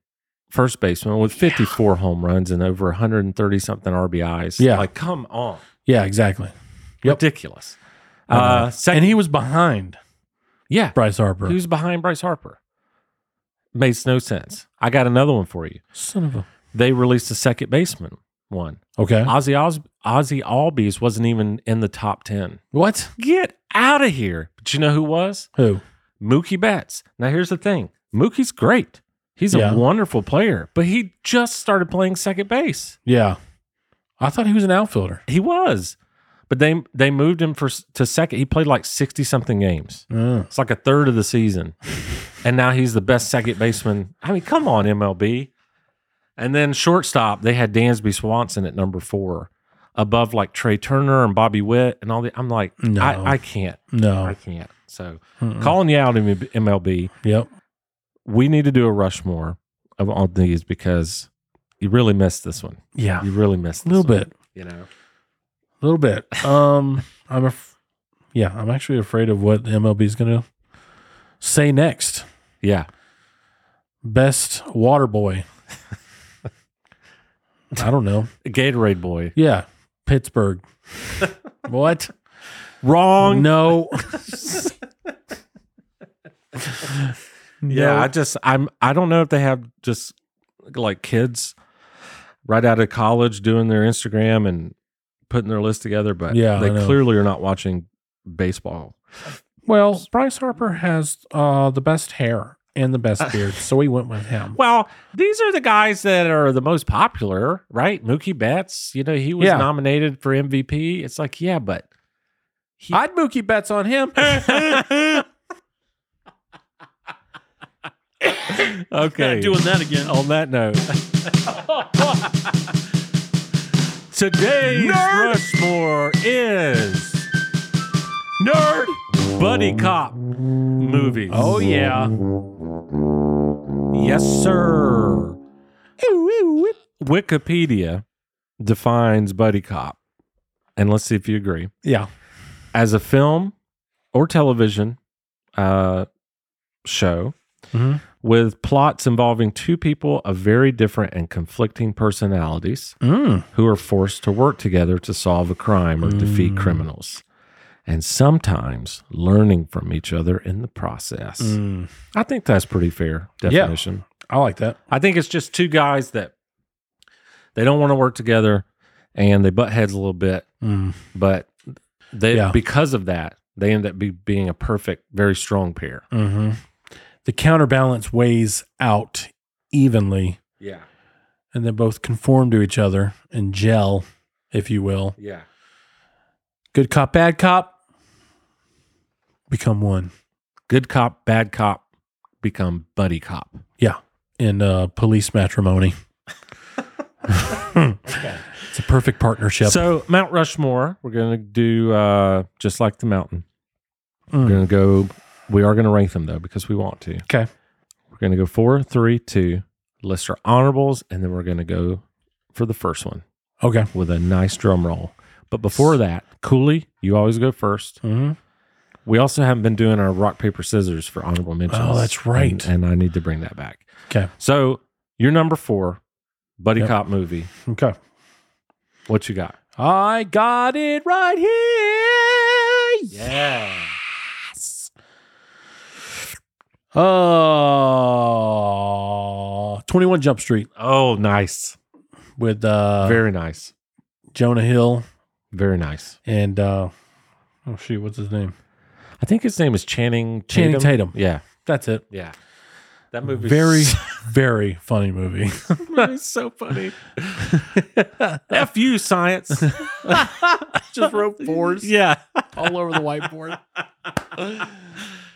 Speaker 1: first baseman with 54 home runs and over 130 something RBIs.
Speaker 2: Yeah.
Speaker 1: Like, come on.
Speaker 2: Yeah, exactly.
Speaker 1: ridiculous.
Speaker 2: I
Speaker 1: Uh,
Speaker 2: know.
Speaker 1: second,
Speaker 2: and he was behind
Speaker 1: yeah,
Speaker 2: Bryce Harper.
Speaker 1: who's behind Bryce Harper? Makes no sense. I got another one for you.
Speaker 2: Son of a.
Speaker 1: They released a second baseman one.
Speaker 2: Okay.
Speaker 1: Ozzy Os- Ozzy Albies wasn't even in the top ten.
Speaker 2: what?
Speaker 1: Get out of here! But you know who was
Speaker 2: Who?
Speaker 1: Mookie Betts. Now here's the thing: Mookie's great. He's
Speaker 2: Yeah.
Speaker 1: a wonderful player, but he just started playing second base.
Speaker 2: Yeah. I thought he was an outfielder.
Speaker 1: He was, but they they moved him for s- to second. He played like sixty something games.
Speaker 2: Oh.
Speaker 1: It's like a third of the season. and now he's the best second baseman. I mean, come on, MLB. And then shortstop, they had Dansby Swanson at number four, above like Trey Turner and Bobby Witt and all the. I'm like,
Speaker 2: No.
Speaker 1: I, I can't. I
Speaker 2: No.
Speaker 1: can't. So
Speaker 2: Oh. Mm-mm.
Speaker 1: calling you out, MLB.
Speaker 2: Yep.
Speaker 1: We need to do a Rushmore of all these because you really missed this one.
Speaker 2: Yeah,
Speaker 1: You really missed
Speaker 2: a
Speaker 1: this
Speaker 2: Ah, little
Speaker 1: one,
Speaker 2: bit,
Speaker 1: You know,
Speaker 2: a little bit. Um, I'm, af- yeah, I'm actually afraid of what the MLB is going to say next.
Speaker 1: yeah.
Speaker 2: Best water boy. I don't know.
Speaker 1: Gatorade boy.
Speaker 2: Yeah, Pittsburgh. what?
Speaker 1: Wrong.
Speaker 2: No.
Speaker 1: Yeah,
Speaker 2: No.
Speaker 1: I just I'm I don't know if they have just like kids right out of college doing their Instagram and putting their list together, but
Speaker 2: Yeah, I
Speaker 1: they
Speaker 2: know.
Speaker 1: clearly are not watching baseball.
Speaker 2: Well, Bryce Harper has uh, the best hair and the best beard, so we went with him.
Speaker 1: Well, these are the guys that are the most popular, right? Mookie Betts, you know, he was
Speaker 2: Yeah.
Speaker 1: nominated for MVP. It's like, yeah, but
Speaker 2: I'd Mookie bets on him.
Speaker 1: okay.
Speaker 10: doing that again.
Speaker 1: On that note. Today's Rushmore is Nerd Buddy Cop movies.
Speaker 2: oh yeah,
Speaker 1: Yes, sir. Wikipedia defines Buddy Cop, and let's see if you agree,
Speaker 2: yeah.
Speaker 1: as a film or television uh, show
Speaker 2: Mhm.
Speaker 1: with plots involving two people of very different and conflicting personalities
Speaker 2: Mm.
Speaker 1: who are forced to work together to solve a crime or defeat
Speaker 2: Mm.
Speaker 1: criminals, and sometimes learning from each other in the process.
Speaker 2: Mm.
Speaker 1: I think that's pretty fair
Speaker 2: Yeah.
Speaker 1: definition.
Speaker 2: I like that.
Speaker 1: I think it's just two guys that they don't want to work together and they butt heads a little bit,
Speaker 2: Mm.
Speaker 1: but they
Speaker 2: Yeah.
Speaker 1: because of that, they end up be, being a perfect, very strong pair.
Speaker 2: hmm The counterbalance weighs out evenly,
Speaker 1: Yeah.
Speaker 2: and they both conform to each other and gel, if you will.
Speaker 1: Yeah.
Speaker 2: Good cop, bad cop, become one.
Speaker 1: Good cop, bad cop become buddy cop.
Speaker 2: Yeah, in uh, police matrimony. It's a perfect partnership.
Speaker 1: So Mount Rushmore, we're gonna do uh, just like the mountain.
Speaker 2: Mm.
Speaker 1: We're gonna go. We are gonna rank them though because we want to.
Speaker 2: Okay.
Speaker 1: We're gonna go four, three, two. List our honorables, and then we're gonna go for the first one
Speaker 2: Okay.
Speaker 1: with a nice drum roll. But before that, Cooley, you always go first.
Speaker 2: Mm-hmm.
Speaker 1: We also haven't been doing our rock paper scissors for honorable mentions.
Speaker 2: Oh, that's right.
Speaker 1: and, and I need to bring that back.
Speaker 2: Okay.
Speaker 1: So you're number four, buddy
Speaker 2: Yep.
Speaker 1: cop movie.
Speaker 2: Okay.
Speaker 1: What you got?
Speaker 2: I got it right here.
Speaker 1: Yeah.
Speaker 2: Oh, 21 Jump Street
Speaker 1: Oh, nice.
Speaker 2: with uh,
Speaker 1: Very nice.
Speaker 2: Jonah Hill
Speaker 1: Very nice.
Speaker 2: and uh, oh shoot, what's his name?
Speaker 1: I think his name is Channing Tatum.
Speaker 2: Channing Tatum.
Speaker 1: Yeah,
Speaker 2: That's it.
Speaker 1: yeah. That movie
Speaker 2: Very, very funny movie.
Speaker 1: so funny. F you, science.
Speaker 2: Just wrote fours
Speaker 1: yeah.
Speaker 2: all over the whiteboard.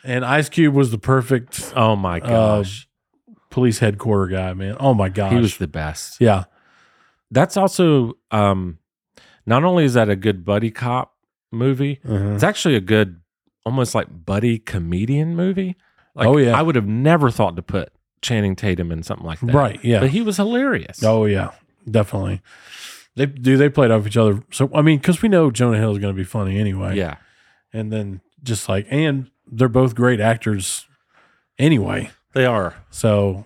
Speaker 2: and Ice Cube was the perfect
Speaker 1: Oh my gosh,
Speaker 2: police headquarter guy, man. Oh my gosh.
Speaker 1: he was the best.
Speaker 2: yeah.
Speaker 1: That's also um, not only is that a good buddy cop movie, it's actually a good, almost like buddy comedian movie. Like,
Speaker 2: Oh, yeah.
Speaker 1: I would have never thought to put Channing Tatum in something like that.
Speaker 2: Right. Yeah.
Speaker 1: But he was hilarious.
Speaker 2: Oh yeah, definitely. They do. They played off each other. So I mean, because we know Jonah Hill is going to be funny anyway.
Speaker 1: yeah,
Speaker 2: And then just like, and they're both great actors anyway.
Speaker 1: they are.
Speaker 2: So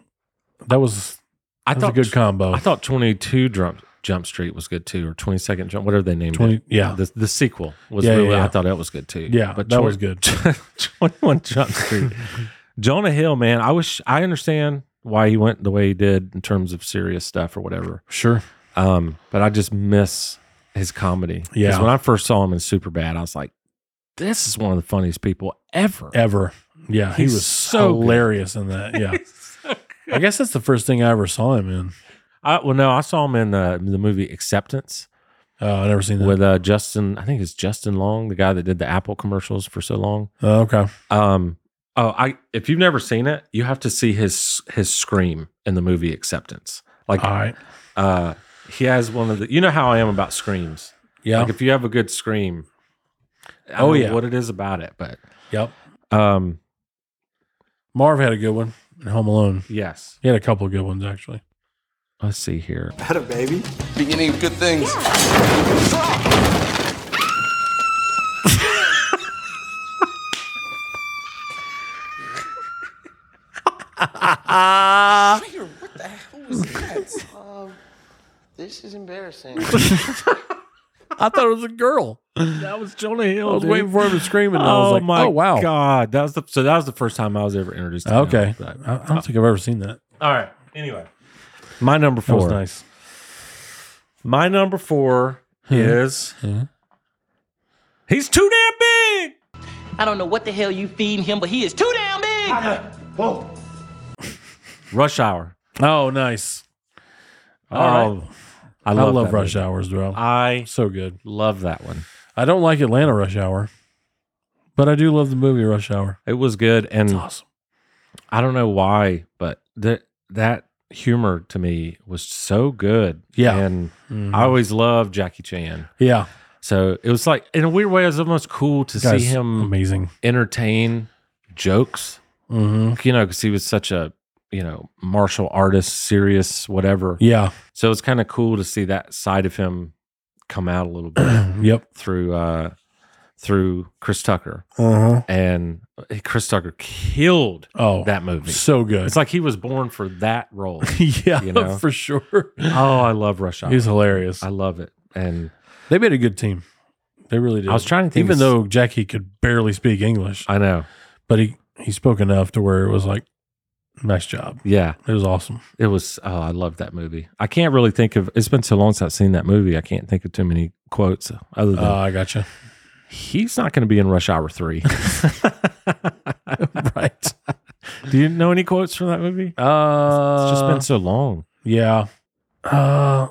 Speaker 2: that was
Speaker 1: I
Speaker 2: that was a good combo.
Speaker 1: I thought 22 Jump, Jump Street was good too, or 22nd Jump, whatever they named
Speaker 2: 20
Speaker 1: it.
Speaker 2: yeah.
Speaker 1: The, the sequel was
Speaker 2: Yeah, yeah,
Speaker 1: really,
Speaker 2: yeah.
Speaker 1: I thought that was good too.
Speaker 2: yeah, that
Speaker 1: twen-
Speaker 2: was good.
Speaker 1: 21 Jump Street. Jonah Hill, man, I wish, I understand why he went the way he did in terms of serious stuff or whatever.
Speaker 2: Sure.
Speaker 1: Um, but I just miss his comedy. 'Cause
Speaker 2: Yeah.
Speaker 1: when I first saw him in Superbad, I was like, this is one of the funniest people ever.
Speaker 2: Ever. Yeah, he
Speaker 1: He's
Speaker 2: was
Speaker 1: so
Speaker 2: so
Speaker 1: good.
Speaker 2: hilarious in that. Yeah. I guess that's the first thing I ever saw him in.
Speaker 1: I, well, no, I saw him in the, the movie Acceptance.
Speaker 2: Uh, I never seen that.
Speaker 1: with uh, Justin. I think it's Justin Long, the guy that did the Apple commercials for so long.
Speaker 2: Oh, okay.
Speaker 1: Um, oh, I if you've never seen it, you have to see his his scream in the movie Acceptance. Like,
Speaker 2: All right.
Speaker 1: uh, he has one of the. You know how I am about screams.
Speaker 2: Yeah.
Speaker 1: Like, if you have a good scream, I
Speaker 2: Oh,
Speaker 1: don't know
Speaker 2: yeah.
Speaker 1: what it is about it, but
Speaker 2: yep.
Speaker 1: um,
Speaker 2: Marv had a good one. and Home Alone.
Speaker 1: Yes.
Speaker 2: He had a couple of good ones actually.
Speaker 1: Let's see here.
Speaker 3: Beginning of good things.
Speaker 4: Peter, what the hell was that? um, this is embarrassing.
Speaker 2: I thought it was a girl.
Speaker 1: That was Jonah Hill.
Speaker 2: I was waiting for him to scream, and I was
Speaker 1: oh
Speaker 2: like,
Speaker 1: my
Speaker 2: "Oh wow,
Speaker 1: god, that was the so that was the first time I was ever introduced. to him
Speaker 2: okay."
Speaker 1: like
Speaker 2: I,
Speaker 1: that.
Speaker 2: I don't think I've ever seen that.
Speaker 1: All right. Anyway, my number
Speaker 2: That was
Speaker 1: four.
Speaker 2: nice.
Speaker 1: My number four is
Speaker 2: Hmm. Yeah.
Speaker 1: he's too damn big.
Speaker 10: I don't know what the hell you feed him, but he is too damn big.
Speaker 1: Rush Hour.
Speaker 2: Oh, nice.
Speaker 1: All right. I
Speaker 2: I
Speaker 1: love,
Speaker 2: Oh, love,
Speaker 1: that
Speaker 2: rush
Speaker 1: movie.
Speaker 2: hours, bro.
Speaker 1: I
Speaker 2: so good.
Speaker 1: love that one.
Speaker 2: I don't like Atlanta Rush Hour, but I do love the movie Rush Hour.
Speaker 1: It was good, and
Speaker 2: It's awesome.
Speaker 1: I don't know why, but that that humor to me was so good.
Speaker 2: Yeah. Mm-hmm.
Speaker 1: and I always loved Jackie Chan.
Speaker 2: Yeah,
Speaker 1: So it was like in a weird way, it was almost cool to
Speaker 2: Guy's
Speaker 1: see him
Speaker 2: amazing.
Speaker 1: entertain jokes.
Speaker 2: hmm
Speaker 1: You know, because he was such a you know martial artist, serious, whatever.
Speaker 2: Yeah.
Speaker 1: So it's kind of cool to see that side of him come out a little bit
Speaker 2: Yep.
Speaker 1: through uh through Chris Tucker,
Speaker 2: Uh huh.
Speaker 1: and eh, Chris Tucker killed
Speaker 2: Oh,
Speaker 1: that movie.
Speaker 2: so good.
Speaker 1: It's like he was born for that role.
Speaker 2: yeah,
Speaker 1: you know?
Speaker 2: for sure.
Speaker 1: oh, I love Rush Hour.
Speaker 2: He's hilarious.
Speaker 1: I love it. And
Speaker 2: They made a good team. They really did.
Speaker 1: I was trying to think
Speaker 2: even
Speaker 1: of-
Speaker 2: though Jackie could barely speak English,
Speaker 1: I know.
Speaker 2: but he he spoke enough to where it was like, nice job.
Speaker 1: Yeah.
Speaker 2: It was awesome.
Speaker 1: It was oh, I love that movie. I can't really think of it's been so long since I've seen that movie. I can't think of too many quotes other than
Speaker 2: Uh, I gotcha.
Speaker 1: he's not gonna be in Rush Hour Three.
Speaker 2: right.
Speaker 1: Do you know any quotes from that movie?
Speaker 2: Uh,
Speaker 1: it's just been so long.
Speaker 2: yeah. Uh,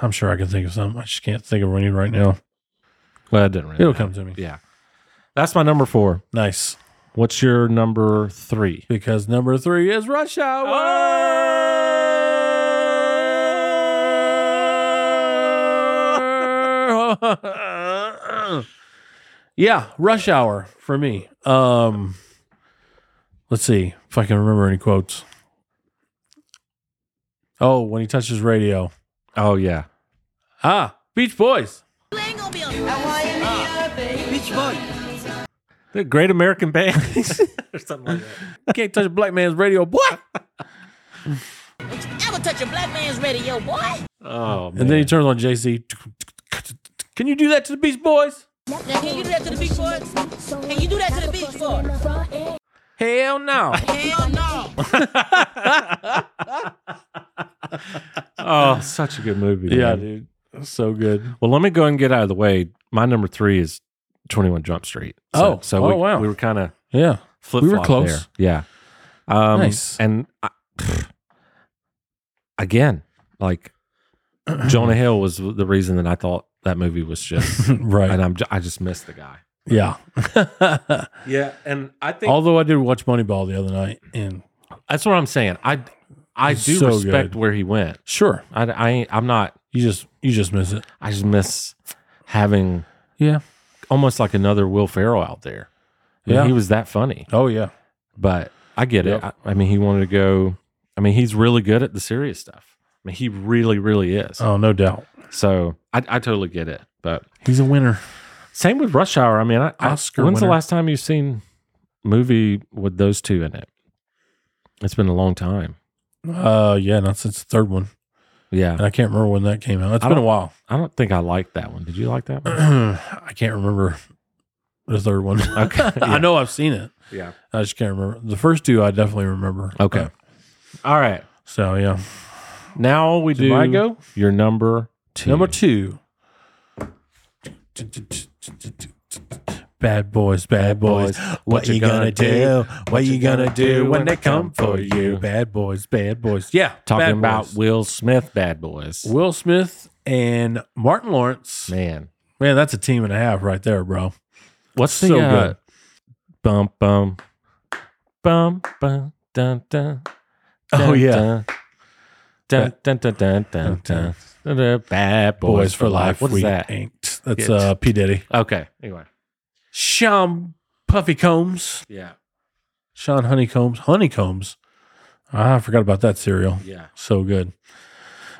Speaker 2: I'm sure I can think of some. I just can't think of any right now.
Speaker 1: Well, it didn't really
Speaker 2: It'll
Speaker 1: matter.
Speaker 2: come to me.
Speaker 1: Yeah. That's my number four.
Speaker 2: Nice,
Speaker 1: What's your number three?
Speaker 2: because number three is rush hour. yeah, rush hour for me. Um let's see if I can remember any quotes. Oh, when he touches radio.
Speaker 1: Oh yeah.
Speaker 2: Ah, Beach Boys.
Speaker 1: The Great American Band or something like that.
Speaker 2: Can't touch a black man's radio, boy.
Speaker 10: Ever touch a black man's radio, boy?
Speaker 1: Oh man.
Speaker 2: And then he turns on JC. Can you do that to the Beach Boys?
Speaker 10: Now can you do that to the beach boys? Can you do that to the beach boys?
Speaker 2: Hell no.
Speaker 10: Hell no.
Speaker 1: Oh, such a good movie.
Speaker 2: yeah,
Speaker 1: man.
Speaker 2: dude. So good.
Speaker 1: Well, let me go and get out of the way. My number three is Twenty One Jump Street. So,
Speaker 2: Oh.
Speaker 1: so
Speaker 2: Oh,
Speaker 1: we,
Speaker 2: wow.
Speaker 1: we were kind of
Speaker 2: Yeah.
Speaker 1: flip.
Speaker 2: We were close.
Speaker 1: There. Yeah. Um,
Speaker 2: Nice.
Speaker 1: And I, again, like Jonah Hill was the reason that I thought that movie was just,
Speaker 2: right.
Speaker 1: and um, I'm ju- I just missed the guy.
Speaker 2: Yeah.
Speaker 1: Yeah, and I think
Speaker 2: Although I did watch Moneyball the other night, and
Speaker 1: that's what I'm saying. I I
Speaker 2: He's
Speaker 1: do
Speaker 2: so
Speaker 1: respect
Speaker 2: good.
Speaker 1: where he went.
Speaker 2: sure,
Speaker 1: I I ain't- I'm not.
Speaker 2: you just you just miss it.
Speaker 1: I just miss having
Speaker 2: Yeah.
Speaker 1: almost like another Will Ferrell out there. I mean,
Speaker 2: Yeah.
Speaker 1: he was that funny.
Speaker 2: Oh yeah.
Speaker 1: But I get
Speaker 2: Yep.
Speaker 1: it. I, I mean, he wanted to go. I mean, he's really good at the serious stuff. I mean, he really, really is.
Speaker 2: Oh no doubt.
Speaker 1: So I, I totally get it. But
Speaker 2: He's a winner.
Speaker 1: same with Rush Hour. I mean, I, I-
Speaker 2: Oscar
Speaker 1: When's the
Speaker 2: winner.
Speaker 1: last time you've seen movie with those two in it? It's been a long time.
Speaker 2: Uh yeah, not since the third one,
Speaker 1: Yeah,
Speaker 2: and I can't remember when that came out. It's
Speaker 1: I
Speaker 2: been a
Speaker 1: don't-
Speaker 2: while.
Speaker 1: I don't think I liked that one. Did you like that
Speaker 2: uh,
Speaker 1: one?
Speaker 2: I can't remember the third one.
Speaker 1: Okay, yeah.
Speaker 2: I know I've seen it.
Speaker 1: Yeah.
Speaker 2: I just can't remember the first two. I definitely remember.
Speaker 1: Okay.
Speaker 2: Uh,
Speaker 1: All right.
Speaker 2: so yeah,
Speaker 1: Now we do.
Speaker 2: I go?
Speaker 1: Your number two.
Speaker 2: number two. Bad boys, bad boys. What you gonna do? What you gonna do when they come for you? Bad boys, bad boys. Yeah, bad
Speaker 1: Talking about
Speaker 2: boys.
Speaker 1: Will Smith, Bad Boys.
Speaker 2: Will Smith and Martin Lawrence.
Speaker 1: Man,
Speaker 2: Man, that's a team and a half right there, bro.
Speaker 1: what's the
Speaker 2: So
Speaker 1: uh,
Speaker 2: good.
Speaker 1: bum bum bum bum dun dun?
Speaker 2: Oh,
Speaker 1: dun,
Speaker 2: yeah.
Speaker 1: dun dun dun dun dun dun. dun, dun. Bad
Speaker 2: Boys, for life.
Speaker 1: What is
Speaker 2: we
Speaker 1: that?
Speaker 2: Ain't. That's
Speaker 1: Yeah.
Speaker 2: uh, P Diddy.
Speaker 1: Okay. Anyway.
Speaker 2: Sean Puffy Combs.
Speaker 1: Yeah.
Speaker 2: Sean Honeycombs. Honeycombs. Ah, I forgot about that cereal.
Speaker 1: Yeah.
Speaker 2: So good.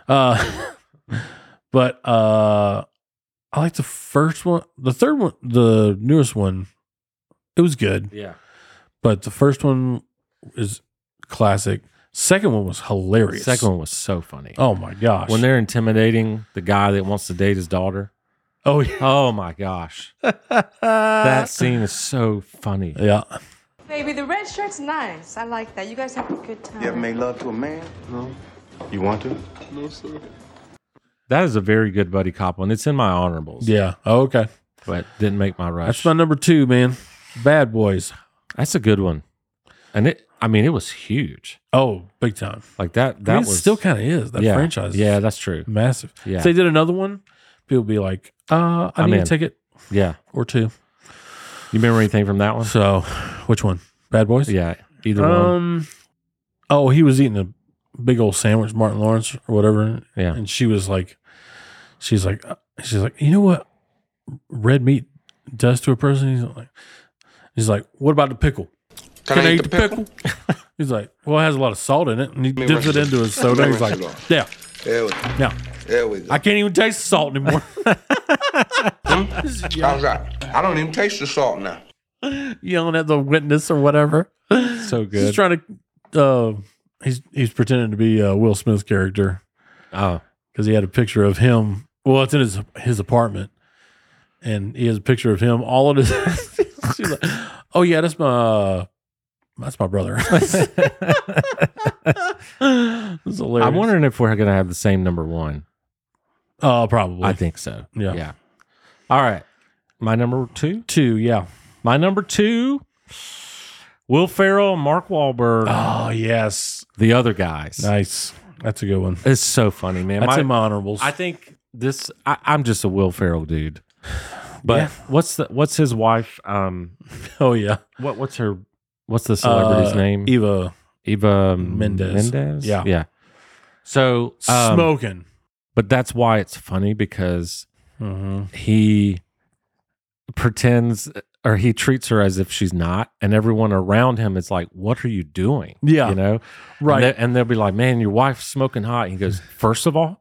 Speaker 2: Uh, but uh, I like the first one. The third one, the newest one, it was good.
Speaker 1: Yeah.
Speaker 2: But the first one is classic. Second one was hilarious.
Speaker 1: Second one was so funny.
Speaker 2: Oh my gosh.
Speaker 1: When they're intimidating the guy that wants to date his daughter.
Speaker 2: oh yeah.
Speaker 1: Oh my gosh. that scene is so funny.
Speaker 2: Yeah.
Speaker 6: Baby, the red shirt's nice. I like that. You guys have a good time.
Speaker 4: You ever made love to a man? No. You want to?
Speaker 1: That is a very good buddy cop one. It's in my honorables.
Speaker 2: Yeah. Oh, okay.
Speaker 1: But didn't make my rush.
Speaker 2: That's my number two, man. Bad Boys.
Speaker 1: That's a good one. And it I mean it was huge.
Speaker 2: Oh, big time.
Speaker 1: Like that
Speaker 2: That
Speaker 1: that
Speaker 2: I mean, it
Speaker 1: was
Speaker 2: still kind of is that
Speaker 1: yeah,
Speaker 2: franchise. is
Speaker 1: Yeah, that's true.
Speaker 2: massive.
Speaker 1: Yeah.
Speaker 2: If they did another one, people would be like, "Uh, I
Speaker 1: I'm
Speaker 2: need
Speaker 1: in.
Speaker 2: a ticket
Speaker 1: Yeah.
Speaker 2: or two.
Speaker 1: You remember anything from that one?
Speaker 2: So, which one? Bad Boys.
Speaker 1: Yeah. Either one.
Speaker 2: Um. Oh, he was eating a big old sandwich, Martin Lawrence or whatever.
Speaker 1: Yeah.
Speaker 2: And she was like, she's like, uh, she's like, you know what, red meat does to a person. He's like, he's like, what about the pickle?
Speaker 4: Can, I eat the pickle?
Speaker 2: He's like, well, it has a lot of salt in it, and he
Speaker 4: me
Speaker 2: dips
Speaker 4: rinse
Speaker 2: it
Speaker 4: it.
Speaker 2: into his soda.
Speaker 4: me
Speaker 2: He's like,
Speaker 4: rinse it off.
Speaker 2: yeah,
Speaker 4: There we,
Speaker 2: yeah.
Speaker 4: there we go.
Speaker 2: I can't even taste the salt anymore.
Speaker 4: How's that? I don't even taste the salt now.
Speaker 2: yelling at the witness or whatever.
Speaker 1: so
Speaker 2: He's
Speaker 1: good.
Speaker 2: trying to. Uh, he's he's pretending to be uh, Will Smith's character
Speaker 1: oh.
Speaker 2: because he had a picture of him. Well, it's in his his apartment, and he has a picture of him. All of his. she's like, oh yeah, that's my that's my brother. it's hilarious.
Speaker 1: I'm wondering if we're gonna have the same number one.
Speaker 2: Uh, probably
Speaker 1: I think so.
Speaker 2: Yeah.
Speaker 1: Yeah. All right. My number two.
Speaker 2: two. Yeah.
Speaker 1: My number two. Will Ferrell, Mark Wahlberg,
Speaker 2: Oh yes,
Speaker 1: the other guys.
Speaker 2: nice. That's a good one.
Speaker 1: It's so funny, man.
Speaker 2: That's
Speaker 1: My-
Speaker 2: in my honorables.
Speaker 1: I think this. I, I'm just a Will Ferrell dude. But
Speaker 2: Yeah.
Speaker 1: what's the what's his wife? Um,
Speaker 2: oh yeah,
Speaker 1: what what's her? What's the celebrity's
Speaker 2: Uh,
Speaker 1: name?
Speaker 2: Eva
Speaker 1: Eva
Speaker 2: Mendes.
Speaker 1: Mendes.
Speaker 2: Yeah.
Speaker 1: yeah. So um,
Speaker 2: smoking.
Speaker 1: but that's why it's funny because
Speaker 2: Mm-hmm.
Speaker 1: he pretends or he treats her as if she's not and everyone around him is like what are you doing
Speaker 2: Yeah.
Speaker 1: you know and,
Speaker 2: Right.
Speaker 1: they, and they'll be like man your wife's smoking hot and he goes first of all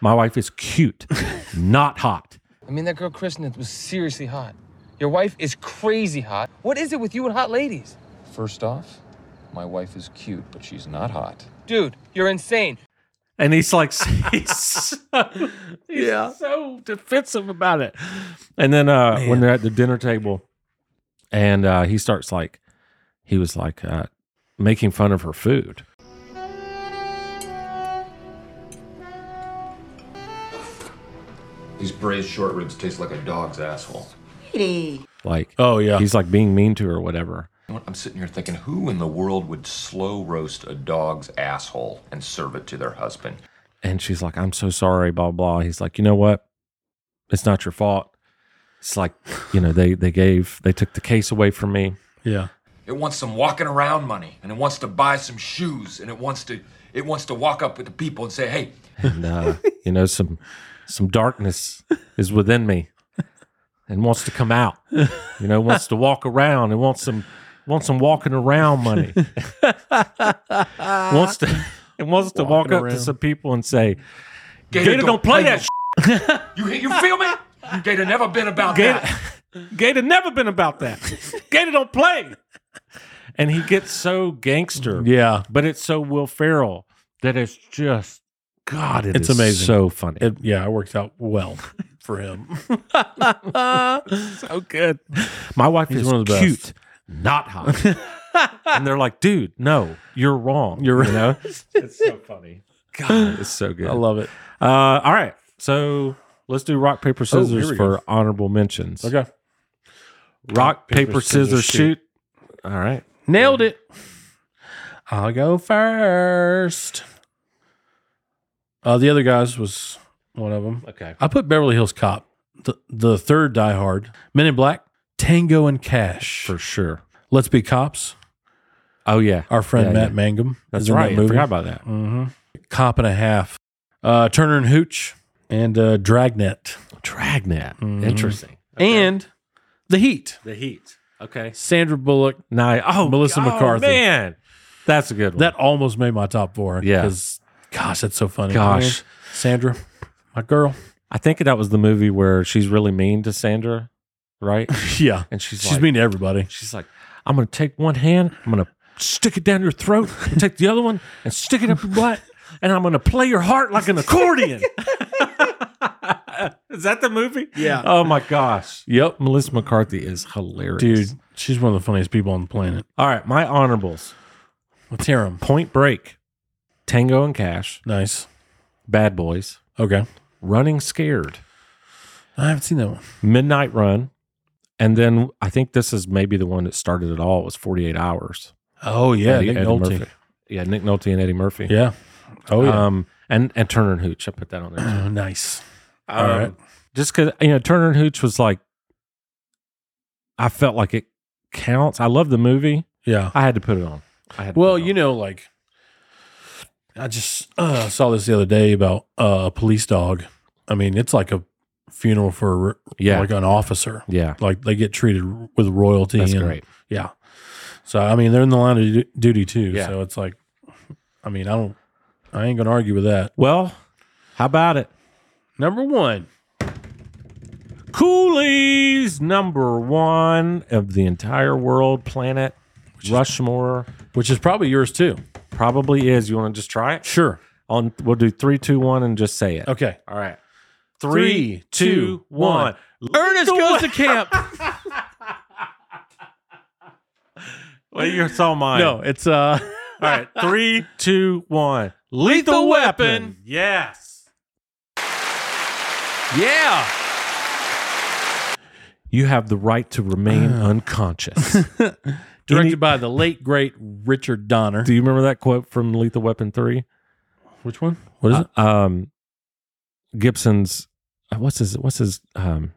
Speaker 1: my wife is cute not hot
Speaker 11: I mean, that girl Kristen was seriously hot. Your wife is crazy hot. What is it with you and hot ladies? First off, my wife is cute, but she's not hot. Dude, you're insane.
Speaker 1: and he's like he's so, he's so defensive about it and then uh when they're at the dinner table and uh he starts like he was like uh making fun of her food
Speaker 5: These braised short ribs taste like a dog's asshole.
Speaker 1: like
Speaker 2: Oh yeah.
Speaker 1: he's like being mean to her or whatever
Speaker 5: I'm sitting here thinking, who in the world would slow roast a dog's asshole and serve it to their husband?
Speaker 1: And she's like, I'm so sorry, blah, blah. He's like, you know what? It's not your fault. It's like, you know, they they gave they took the case away from me.
Speaker 2: yeah.
Speaker 5: It wants some walking around money, and it wants to buy some shoes, and it wants to it wants to walk up with the people and say, "Hey,
Speaker 1: And uh, you know, some some darkness is within me and wants to come out. You know, wants to walk around and wants some wants some walking around money. wants to and wants to walk up to some people and say,
Speaker 5: Gator,
Speaker 1: Gator, don't play that
Speaker 5: that. You you feel me? Gator never been about that.
Speaker 1: Gator never been about that. Gator don't play. And he gets so gangster,
Speaker 2: Yeah.
Speaker 1: but it's so Will Ferrell that it's just God.
Speaker 2: It's amazing.
Speaker 1: So funny.
Speaker 2: It, yeah, it worked out well for him.
Speaker 1: so good. My wife
Speaker 2: He's
Speaker 1: is
Speaker 2: one of the best.
Speaker 1: cute, not hot. and they're like, dude, no, you're wrong. You're you know? it's so funny. God, it's so good.
Speaker 2: I love it.
Speaker 1: Uh, all right, so let's do rock paper scissors
Speaker 2: we go.
Speaker 1: for honorable mentions.
Speaker 2: Okay.
Speaker 1: Rock paper, scissors, shoot. All right.
Speaker 2: Nailed it. I'll go first. Uh, the other guys was one of them.
Speaker 1: Okay.
Speaker 2: I put Beverly Hills Cop, the, the third Die Hard, Men in Black, Tango and Cash,
Speaker 1: For sure.
Speaker 2: Let's Be Cops.
Speaker 1: Oh yeah,
Speaker 2: Our friend
Speaker 1: Yeah,
Speaker 2: Matt
Speaker 1: yeah.
Speaker 2: Mangum.
Speaker 1: That's right. I forgot about that. Mm.
Speaker 2: hmm Cop and a Half, uh, Turner and Hooch, and uh, Dragnet,
Speaker 1: Dragnet.
Speaker 2: Mhm.
Speaker 1: Interesting.
Speaker 2: and The Heat.
Speaker 1: Mm-hmm. The Heat. Okay.
Speaker 2: Sandra Bullock,
Speaker 1: Now, oh,
Speaker 2: Melissa
Speaker 1: oh,
Speaker 2: McCarthy.
Speaker 1: Man, That's a good one.
Speaker 2: That almost made my top four.
Speaker 1: Yeah.
Speaker 2: 'cause, gosh, that's so funny.
Speaker 1: Gosh.
Speaker 2: Sandra, my girl.
Speaker 1: I think that was the movie where she's really mean to Sandra, right?
Speaker 2: Yeah.
Speaker 1: And she's
Speaker 2: She's
Speaker 1: like,
Speaker 2: mean to everybody.
Speaker 1: She's like, I'm gonna take one hand, I'm gonna stick it down your throat, and take the other one and stick it up your butt, and I'm gonna play your heart like an accordion. is that the movie?
Speaker 2: Yeah.
Speaker 1: Oh my gosh.
Speaker 2: Yep.
Speaker 1: Melissa McCarthy is hilarious.
Speaker 2: Dude, she's one of the funniest people on the planet.
Speaker 1: All right, my honorables.
Speaker 2: Let's hear 'em.
Speaker 1: Point break. Tango and Cash.
Speaker 2: Nice.
Speaker 1: Bad Boys.
Speaker 2: Okay.
Speaker 1: Running Scared.
Speaker 2: I haven't seen that one.
Speaker 1: Midnight Run. And then I think this is maybe the one that started it all was 48 Hours.
Speaker 2: Oh, yeah.
Speaker 1: Eddie-
Speaker 2: Nick
Speaker 1: Eddie
Speaker 2: Nolte.
Speaker 1: Murphy. Yeah, Nick Nolte and Eddie Murphy.
Speaker 2: Yeah. Oh, yeah.
Speaker 1: Um, and, and Turner and Hooch. I put that on there. too.
Speaker 2: Oh, nice.
Speaker 1: All
Speaker 2: All
Speaker 1: right,
Speaker 2: right.
Speaker 1: Just because, you know, Turner and Hooch was like, I felt like it counts. I love the movie.
Speaker 2: Yeah.
Speaker 1: I had to put it on. I had to
Speaker 2: Well,
Speaker 1: put it on.
Speaker 2: you know, like I just uh, saw this the other day about uh, a police dog. I mean, it's like a funeral for
Speaker 1: Yeah.
Speaker 2: like an officer.
Speaker 1: yeah.
Speaker 2: Like they get treated with royalty.
Speaker 1: That's
Speaker 2: and-
Speaker 1: great.
Speaker 2: Yeah. So I mean, they're in the line of du- duty too.
Speaker 1: Yeah.
Speaker 2: So it's like, I mean, I don't, I ain't gonna argue with that.
Speaker 1: Well, how about it?
Speaker 2: Number one,
Speaker 1: Coolies, number one of the entire world, planet. Rushmore
Speaker 2: which is probably yours too.
Speaker 1: probably is. You want to just try it?
Speaker 2: Sure.
Speaker 1: On we'll do three, two, one, and just say it.
Speaker 2: Okay.
Speaker 1: All right.
Speaker 2: Three, two, one.
Speaker 1: Ernest goes to camp. well, you saw mine.
Speaker 2: No, it's uh.
Speaker 1: All right. Three, two, one. Lethal, weapon. Yes. Yeah. You have the right to remain unconscious.
Speaker 2: Directed
Speaker 1: Any-
Speaker 2: by the late great Richard Donner.
Speaker 1: Do you remember that quote from Lethal Weapon 3?
Speaker 2: Which one? What is it?
Speaker 1: Um, Gibson's, uh, what's his, what's his, um,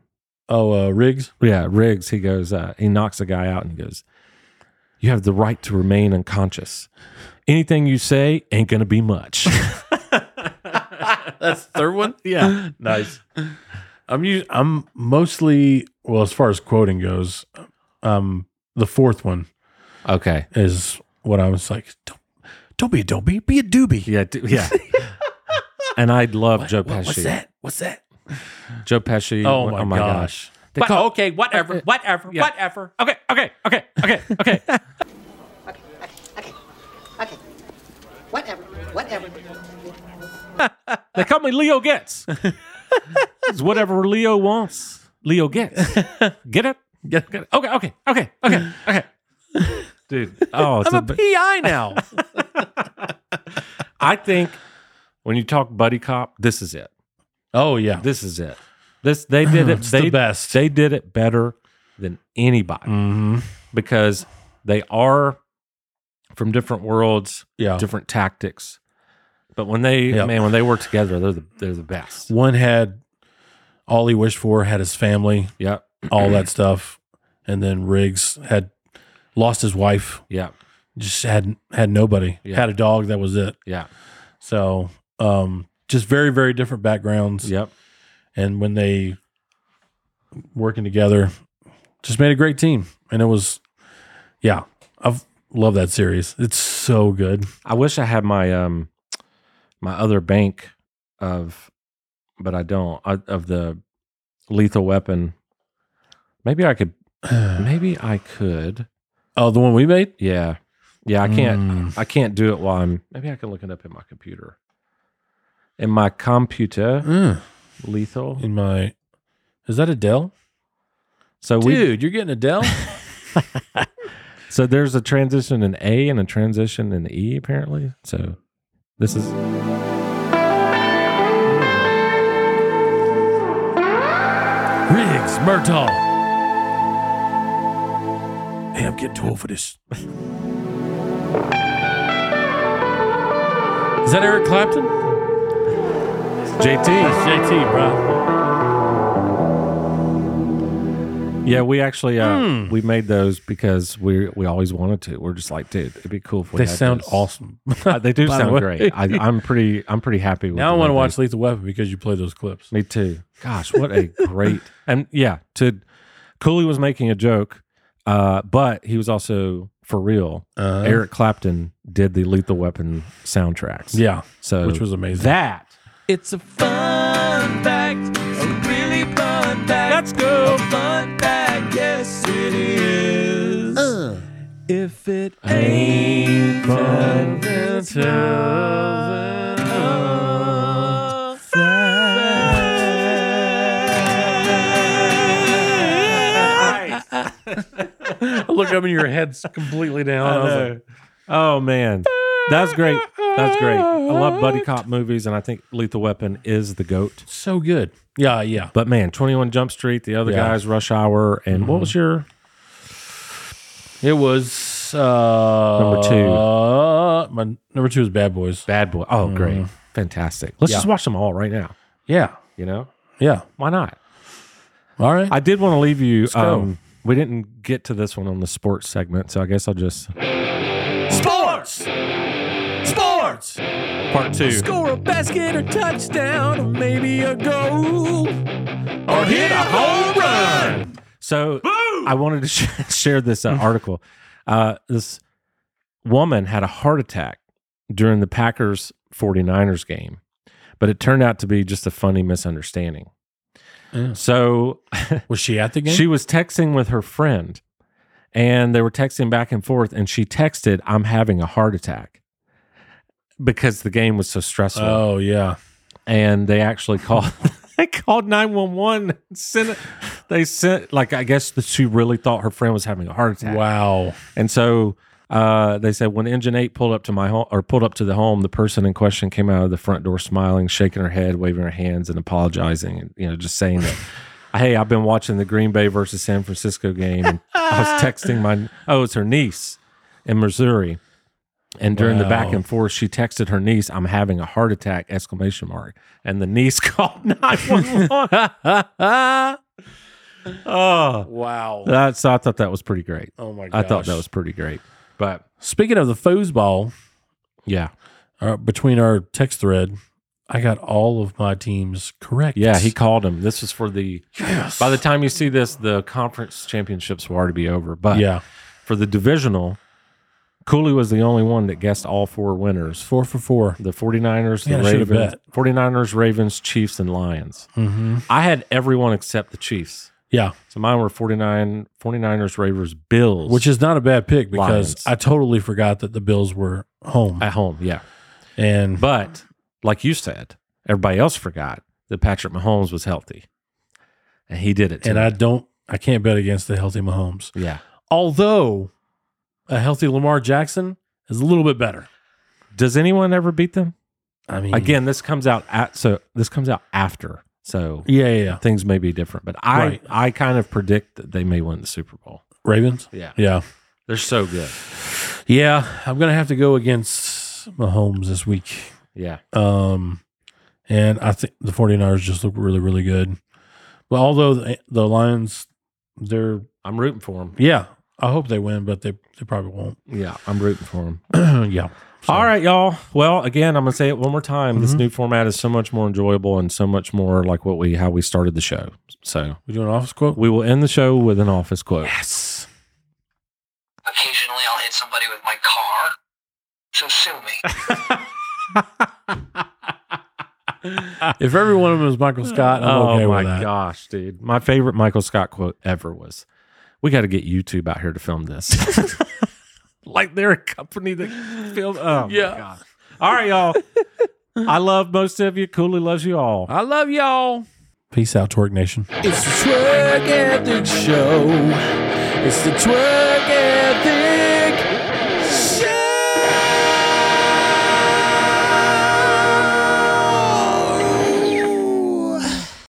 Speaker 2: Oh, uh, Riggs.
Speaker 1: yeah, Riggs. He goes, uh, he knocks a guy out and he goes, You have the right to remain unconscious. Anything you say ain't going to be much.
Speaker 2: That's the third one.
Speaker 1: yeah. Nice.
Speaker 2: I'm us- I'm mostly well as far as quoting goes. Um, the fourth one
Speaker 1: Okay.
Speaker 2: is what I was like. Don't, don't be a dopey, be a doobie.
Speaker 1: Yeah, d- yeah. and I love Joe Pesci.
Speaker 2: What's that? What's that?
Speaker 1: Joe Pesci.
Speaker 2: Oh my, gosh.
Speaker 1: They call- Uh, okay, whatever, whatever, whatever. Okay, okay, okay, okay, okay.
Speaker 10: Okay, okay. Whatever, whatever.
Speaker 1: they call me Leo Gets. it's whatever Leo wants, Leo gets. Get it? Get, get it. Okay, okay, okay, okay, okay. Dude, oh, it's a bi-
Speaker 2: PI now.
Speaker 1: I think when you talk buddy cop, this is it.
Speaker 2: oh yeah.
Speaker 1: This is it. This they did it.
Speaker 2: It's
Speaker 1: they,
Speaker 2: the best.
Speaker 1: They did it better than anybody
Speaker 2: Mm-hmm.
Speaker 1: because they are from different worlds,
Speaker 2: Yeah.
Speaker 1: different tactics. But when they,
Speaker 2: Yep.
Speaker 1: man, when they work together, they're the they're the best.
Speaker 2: One had all he wished for, had his family,
Speaker 1: Yep.
Speaker 2: all that stuff, and then Riggs had lost his wife,
Speaker 1: Yeah.
Speaker 2: just had had nobody,
Speaker 1: Yeah.
Speaker 2: had a dog. That was it.
Speaker 1: Yeah.
Speaker 2: So, um, just very, very different backgrounds.
Speaker 1: Yep.
Speaker 2: And when they working together, just made a great team. And it was, yeah, I've loved that series. It's so good.
Speaker 1: I wish I had my um my other bank of but I don't I- of the lethal weapon. Maybe I could maybe I could.
Speaker 2: oh, the one we made?
Speaker 1: Yeah. Yeah, I can't
Speaker 2: Mm.
Speaker 1: I can't do it while I'm maybe I can look it up in my computer. In my computer,
Speaker 2: Mm.
Speaker 1: lethal.
Speaker 2: In my, is that Adele?
Speaker 1: So we
Speaker 2: Dude, you're getting Adele?
Speaker 1: So there's a transition in A and a transition in E, apparently. So this is.
Speaker 2: Riggs, Murtaugh. Hey, I'm getting too old for this. Is that Eric Clapton? JT. JT, bro.
Speaker 1: Yeah, we actually uh,
Speaker 2: Hmm.
Speaker 1: we made those because we we always wanted to. We're just like, dude, it'd be cool if we
Speaker 2: They
Speaker 1: had
Speaker 2: sound
Speaker 1: this.
Speaker 2: awesome.
Speaker 1: Uh, they do
Speaker 2: By the
Speaker 1: sound
Speaker 2: way.
Speaker 1: great. I, I'm pretty I'm pretty happy with.
Speaker 2: now I
Speaker 1: the
Speaker 2: want to
Speaker 1: way
Speaker 2: watch
Speaker 1: they-
Speaker 2: Lethal Weapon because you play those clips.
Speaker 1: Me too. Gosh, what a great and yeah. To Cooley was making a joke, uh, but he was also for real,
Speaker 2: Uh-huh.
Speaker 1: Eric Clapton did the Lethal Weapon soundtracks.
Speaker 2: Yeah,
Speaker 1: so
Speaker 2: which was amazing.
Speaker 1: That
Speaker 12: It's a fun fact. A really fun fact. Let's go. fun fact. Yes, it is.
Speaker 1: Uh.
Speaker 12: If it ain't fun, it's
Speaker 2: I look up and your head's completely down. I, was like,
Speaker 1: oh man, that's great. That's great. I love buddy cop movies, and I think Lethal Weapon is the goat.
Speaker 2: so good. Yeah, yeah.
Speaker 1: But man, Twenty One Jump Street, the other
Speaker 2: Yeah. Mm-hmm.
Speaker 1: guys, Rush Hour, and what was your
Speaker 2: It was uh,
Speaker 1: Number two.
Speaker 2: My number two is Bad Boys.
Speaker 1: Bad Boy? Oh, great, fantastic. Let's
Speaker 2: Mm-hmm. Yeah.
Speaker 1: just watch them all right now.
Speaker 2: Yeah,
Speaker 1: You know,
Speaker 2: yeah.
Speaker 1: why not?
Speaker 2: All right.
Speaker 1: I did want to leave you.
Speaker 2: go.
Speaker 1: Um, we didn't get to this one on the sports segment, so I guess I'll just
Speaker 12: Sports! Sports!
Speaker 1: part two.
Speaker 12: Score a basket or touchdown, or maybe a goal. Or hit a home run!
Speaker 1: So I wanted to sh- share this uh, article. Uh, this woman had a heart attack during the Packers 49ers game, but it turned out to be just a funny misunderstanding.
Speaker 2: Yeah.
Speaker 1: So
Speaker 2: was she at the game?
Speaker 1: she was texting with her friend and they were texting back and forth, and she texted, I'm having a heart attack because the game was so stressful
Speaker 2: oh yeah.
Speaker 1: and they actually called they called 911 sent it- they sent like i guess that she really thought her friend was having a heart attack
Speaker 2: Wow.
Speaker 1: and so uh, they said when engine 8 pulled up to my home or pulled up to the home the person in question came out of the front door smiling shaking her head waving her hands and apologizing and you know just saying that hey i've been watching the green bay versus san francisco game and i was texting my oh it's her niece in missouri and during the back
Speaker 2: Wow.
Speaker 1: and forth she texted her niece i'm having a heart attack exclamation mark and the niece called 911 oh
Speaker 2: Wow.
Speaker 1: that's i thought that was pretty great
Speaker 2: Oh my gosh.
Speaker 1: I thought that was pretty great. But
Speaker 2: Speaking of the foosball,
Speaker 1: yeah.
Speaker 2: uh, between our text thread, I got all of my teams correct.
Speaker 1: Yeah, he called him. This was for the by the time you see this, the conference championships will already be over. But
Speaker 2: yeah,
Speaker 1: for the divisional, Cooley was the only one that guessed all four winners.
Speaker 2: four for four.
Speaker 1: The 49ers,
Speaker 2: Man,
Speaker 1: the
Speaker 2: I should've
Speaker 1: Ravens,
Speaker 2: bet.
Speaker 1: 49ers, Ravens, Chiefs, and Lions.
Speaker 2: Mm-hmm.
Speaker 1: I had everyone except the Chiefs.
Speaker 2: Yeah,
Speaker 1: So mine were 49, 49ers, Ravens, Bills.
Speaker 2: which is not a bad pick because
Speaker 1: Lions.
Speaker 2: I totally forgot that the Bills were home
Speaker 1: at home, yeah.
Speaker 2: and
Speaker 1: But like you said, everybody else forgot that Patrick Mahomes was healthy. And he did it.
Speaker 2: and I
Speaker 1: tonight.
Speaker 2: don't I can't bet against the healthy Mahomes.
Speaker 1: yeah.
Speaker 2: Although a healthy Lamar Jackson is a little bit better.
Speaker 1: Does anyone ever beat them?
Speaker 2: I mean,
Speaker 1: Again, this comes out at so this comes out after. So
Speaker 2: yeah, yeah, yeah.
Speaker 1: things may be different, but I
Speaker 2: Right.
Speaker 1: I kind of predict that they may win the Super Bowl.
Speaker 2: Ravens.
Speaker 1: Yeah.
Speaker 2: Yeah,
Speaker 1: They're so good.
Speaker 2: yeah. I'm gonna have to go against Mahomes this week.
Speaker 1: Yeah.
Speaker 2: Um, and I think the 49ers just look really, really good. But although the, the Lions, they're,
Speaker 1: I'm rooting for them.
Speaker 2: yeah, I hope they win, but they, they probably won't.
Speaker 1: Yeah, I'm rooting for them.
Speaker 2: yeah. So, Mm-hmm.
Speaker 1: All right, y'all. Well, again, I'm gonna say it one more time. This new format is so much more enjoyable and so much more like what we how we started the show. So
Speaker 2: We doing an office quote?
Speaker 1: we will end the show with an office quote.
Speaker 2: yes.
Speaker 4: Occasionally I'll hit somebody with my car. So sue me.
Speaker 2: If every one of them is Michael Scott, I'm
Speaker 1: oh
Speaker 2: okay
Speaker 1: my
Speaker 2: with that.
Speaker 1: gosh, dude! My favorite Michael Scott quote ever was, "We got to get YouTube out here to film this." like they're a company that film. Oh yeah. All right, y'all. I love most of you. Cooley loves you all.
Speaker 2: I love y'all. Peace out, Torque Nation.
Speaker 12: It's the Twerk Ethic Show. It's the Twerk Ethic